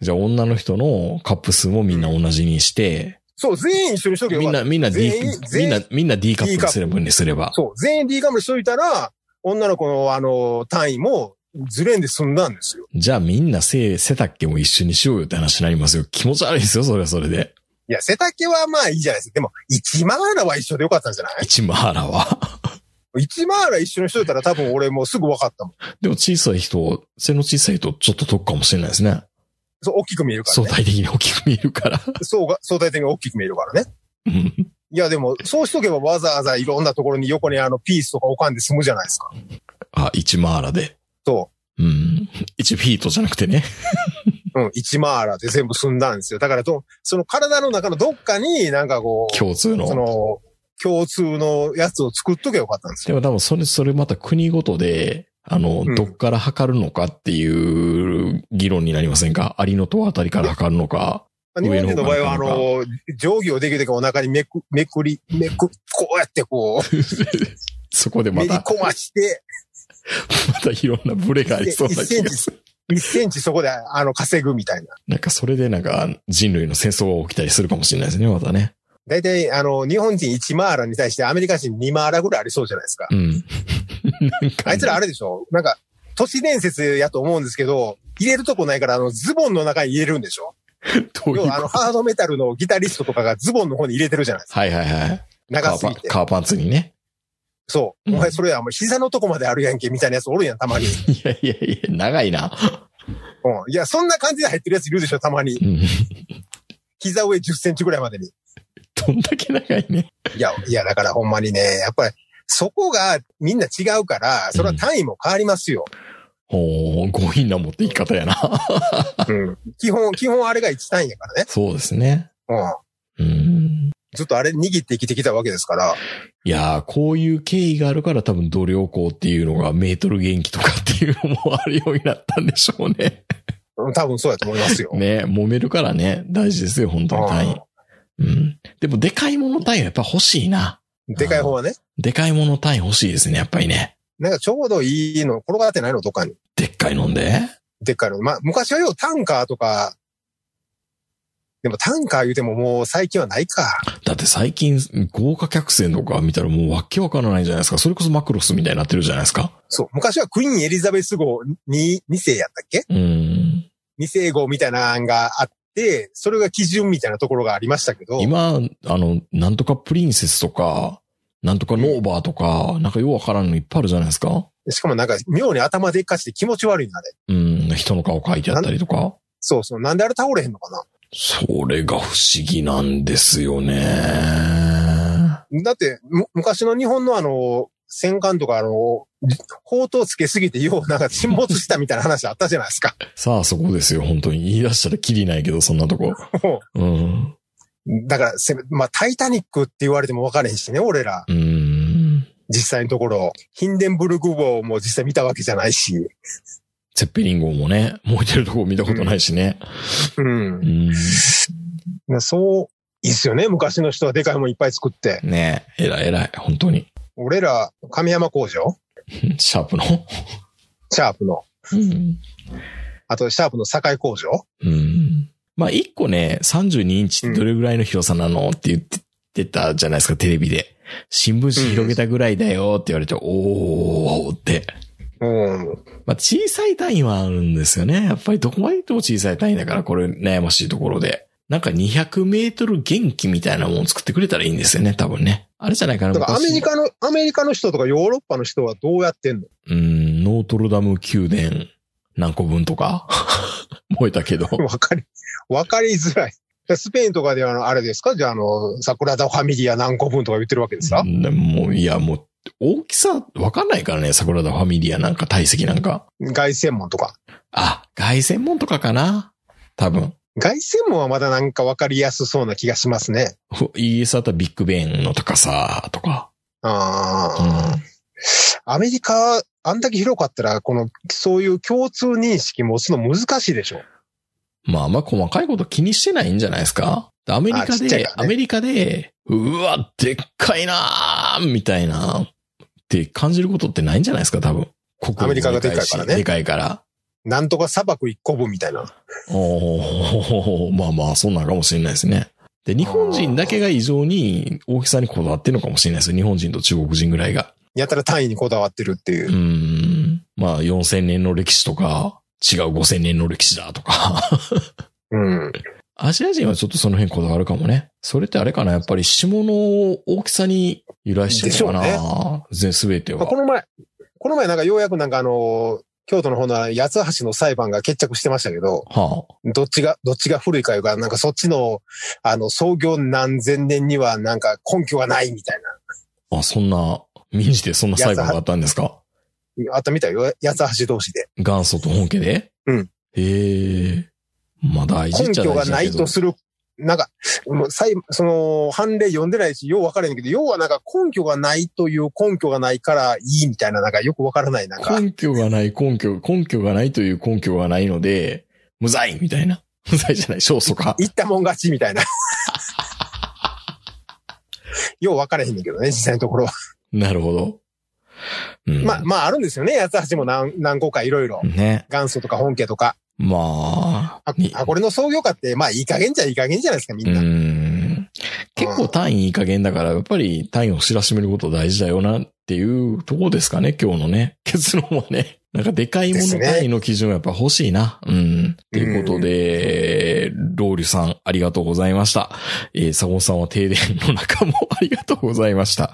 じゃあ女の人のカップ数もみんな同じにして、そう、全員一緒にしとけよみかんった。な、みんな D 全員、み全ん員な、みんな D カップにすればにすれば。そう、全員 D カムにしといたら、女の子のあの、単位もずれんで済んだんですよ。じゃあみんな背、背丈も一緒にしようよって話になりますよ。気持ち悪いですよ、それはそれで。いや、背丈はまあいいじゃないですか。でも、1マラは一緒でよかったんじゃない一マーラは。 一マーラ一緒にしといたら多分俺もうすぐ分かったもん。でも小さい人、背の小さい人、ちょっと得かもしれないですね。そう、大きく見えるから相ね。対的に大きく見えるから。そうが、相対的に大きく見えるからね。うんいや、でも、そうしとけばわざわざいろんなところに横にあの、ピースとか置かんで済むじゃないですか。あ、一マーラで。そ うん。一フィートじゃなくてね。う。うん、一マーラで全部済んだんですよ。だからど、その体の中のどっかになんかこう、共通の。その、共通のやつを作っとけばよかったんですでよ。も多分それ、それまた国ごとで、あの、うんどっから測るのかっていう議論になりませんかアリの塔あたりから測るのか。まあ日本人の場合は、あ上の方の、定規をできるだけお腹にめく、めくり、めく、こうやってこう、そこで まめりた、込まして、 またいろんなブレがありそうな気がする。 1センチそこで、あの、稼ぐみたいな。なんかそれでなんか人類の戦争が起きたりするかもしれないですね、またね。大体、あの、日本人1マーラに対してアメリカ人2マーラぐらいありそうじゃないですか。うん。なんか、あいつらあれでしょなんか、都市伝説やと思うんですけど、入れるとこないから、あの、ズボンの中に入れるんでしょどういうこと要は、あの、ハードメタルのギタリストとかがズボンの方に入れてるじゃないですか。はいはいはい。カ長ーすパぎンて。カーパンツにね。そう。うんお前、それはもう膝のとこまであるやんけ、みたいなやつおるやん、たまに。いやいやいや、長いな。うん。いや、そんな感じで入ってるやついるでしょ、たまに。うん。膝上10センチぐらいまでに。どんだけ長いね。いや、いや、だからほんまにね、やっぱり、そこがみんな違うから、それは単位も変わります よ。ほう、強引な持っていき方やな。うん。基本、基本あれが1単位やからね。そうですね。ううん。ん。ずっとあれ握って生きてきたわけですから。いやー、こういう経緯があるから多分度量衡っていうのがメートル元気とかっていうのもあるようになったんでしょうね。うん多分そうやと思いますよ。ね、揉めるからね、大事ですよ、本当に単位。うん。でも、でかいもの単位はやっぱ欲しいな。でかい方はね。でかいもの単位欲しいですね、やっぱりね。なんかちょうどいいの、転がってないの、どっかに。でっかいのんで。でっかいの。まあ、昔はようタンカーとか、でもタンカー言うてももう最近はないか。だって最近、豪華客船とか見たらもうわっけわからないじゃないですか。それこそマクロスみたいになってるじゃないですか。そう。昔はクイーンエリザベス号に2世やったっけうん。 ?2 世号みたいな案があって、それが基準みたいなところがありましたけど、今、あの、なんとかプリンセスとか、なんとかノーバーとか、なんかようわからんのいっぱいあるじゃないですか。しかもなんか妙に頭でっかして気持ち悪いな、あれ。うん、人の顔書いてあったりとか。そうそう。なんであれ倒れへんのかそれが不思議なんですよね。なだって、む昔の日本のあの、戦艦とかあの、砲塔つけすぎてようなんか沈没したみたいな話あったじゃないですか。 さあそこですよ、本当に。言い出したらキリないけど、そんなとこ。うん。だからせめ、まあ、タイタニックって言われても分かれへんしね、俺ら。うん。実際のところ、ヒンデンブルグ号も実際見たわけじゃないし。ゼッペリン号もね、燃えてるとこ見たことないしね。うんう。ん。そう、いいっすよね。昔の人はでかいもんいっぱい作って。ねえ、偉い偉い、本当に。 俺ら、神山工場シャープの。シャープの。うん。あと、シャープの堺工場うん。まあ、一個ね、32インチってどれぐらいの広さなのって言ってたじゃないですか、テレビで。新聞紙広げたぐらいだよって言われて、おーって。うん。まあ、小さい単位はあるんですよね。やっぱりどこまで行っても小さい単位だから、これ悩ましいところで。なんか200メートル元気みたいなものを作ってくれたらいいんですよね、多分ね。あれじゃないかな、だからアメリカ。カの、アメリカの人とかヨーロッパの人はどうやってんのうん、ノートルダム宮殿何個分とか。 燃えたけど。分かり、分かりづらい。スペインとかではあの、あれですかじゃあ、あの、桜田ファミリア何個分とか言ってるわけですか、でもう、いや、もう、大きさわかんないからね、桜田ファミリアなんか体積なんか。凱旋門とか。あ、外専門とかかな多分。外線門はまだなんか分かりやすそうな気がしますね。ふ ES あったらビッグベンの高さとか。うあん。ーアメリカ、あんだけ広かったら、この、そういう共通認識持つの難しいでしょ。まああんま細かいこと気にしてないんじゃないですかアメリカあちっちゃいで、からアねメリカで、うわ、でっかいなーみたいなって感じることってないんじゃないですか多分。国アメリカがでっかいからねでかいから。なんとか砂漠一個分みたいな。おーまあまあ、そんなんかもしれないですね。で、日本人だけが異常に大きさにこだわってるのかもしれないですよ。日本人と中国人ぐらいが。やたら単位にこだわってるっていうう。ん。まあ、4000年の歴史とか、違う5000年の歴史だとか。 うん。アジア人はちょっとその辺こだわるかもね。それってあれかなやっぱり下の大きさに由来してるのでしかなすべてまあはこ。の前、この前なんかようやくなんかあの、京都の方の八つ橋の裁判が決着してましたけど、はあ、どっちが、どっちが古いかいうか、なんかそっちの、あの、創業何千年にはなんか根拠がないみたいあ、そんな、民事でそんな裁判があったんですかな。あったみたいよ。八つ橋同士で。元祖と本家でうん。へえ。まあ大事っ根ちゃ大事だけど拠がないとする、なんか、もうさいその、判例読んでないし、よう分からへんけど、要はなんか根拠がないという根拠がないからいいみたいな、なんかよく分からない、なんか。根拠がない根拠、根拠がないという根拠がないので、無罪みたいな。 無罪じゃない、勝訴か。言ったもん勝ちみたいな。 よう分からへんねんけどね、実際のところは。なるほど。うん、まあ、まああるんですよね、八つ橋も何何個かいろいろ。ね。元祖とか本家とか。まああ、にあこれの創業家って、まあいい加減じゃいい加減じゃないですか、みうんな。ん。結構単位いい加減だから、やっぱり単位を知らしめること大事だよなっていうとこですかね、今日のね。 結論はね。なんかでかいもですのね単位の基準はやっぱ欲しいな。うん。ということで、ローリュさんありがとうございました。えー、サゴンさんは停電の中も ありがとうございました。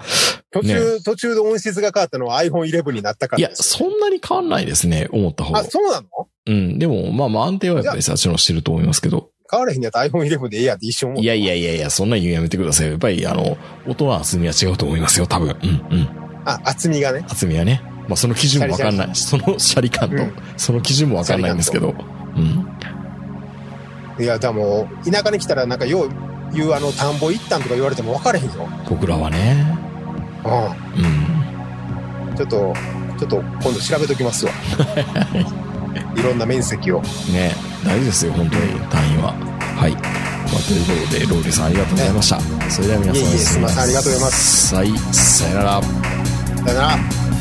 途中、途中で音質が変わったのは iPhone11 になったかいや、らです。そんなに変わんないですね、思った方あ、が。そうなのうん。でも、まあまあ安定はやっぱりさ、ちろんしてると思いますけど。変わらへんのやったら iPhone11 でええやって一瞬思うい。やいやいやいや、そんな言うのやめてくださいよ。やっぱり、あの、音の厚みは違うと思いますよ、多分。うん、うん。あ、厚みがね。厚みはね。まあ、その基準もわかんない。そのシャリ感と、うんその基準もわかんないんですけど。うん。いや、でも、田舎に来たらなんかよう言うあの、田んぼ行ったんとか言われても分からへんよ。僕らはね。ううん。ん。ちょっと、ちょっと今度調べときます わ。いろんな面積を。ね大事ですよ、本当に、単位は。はい。まあ、ということで、ローリーさんありがとうございました。それでは皆さん。いえいえすいませんありがとうございますはい、さよなら。だから、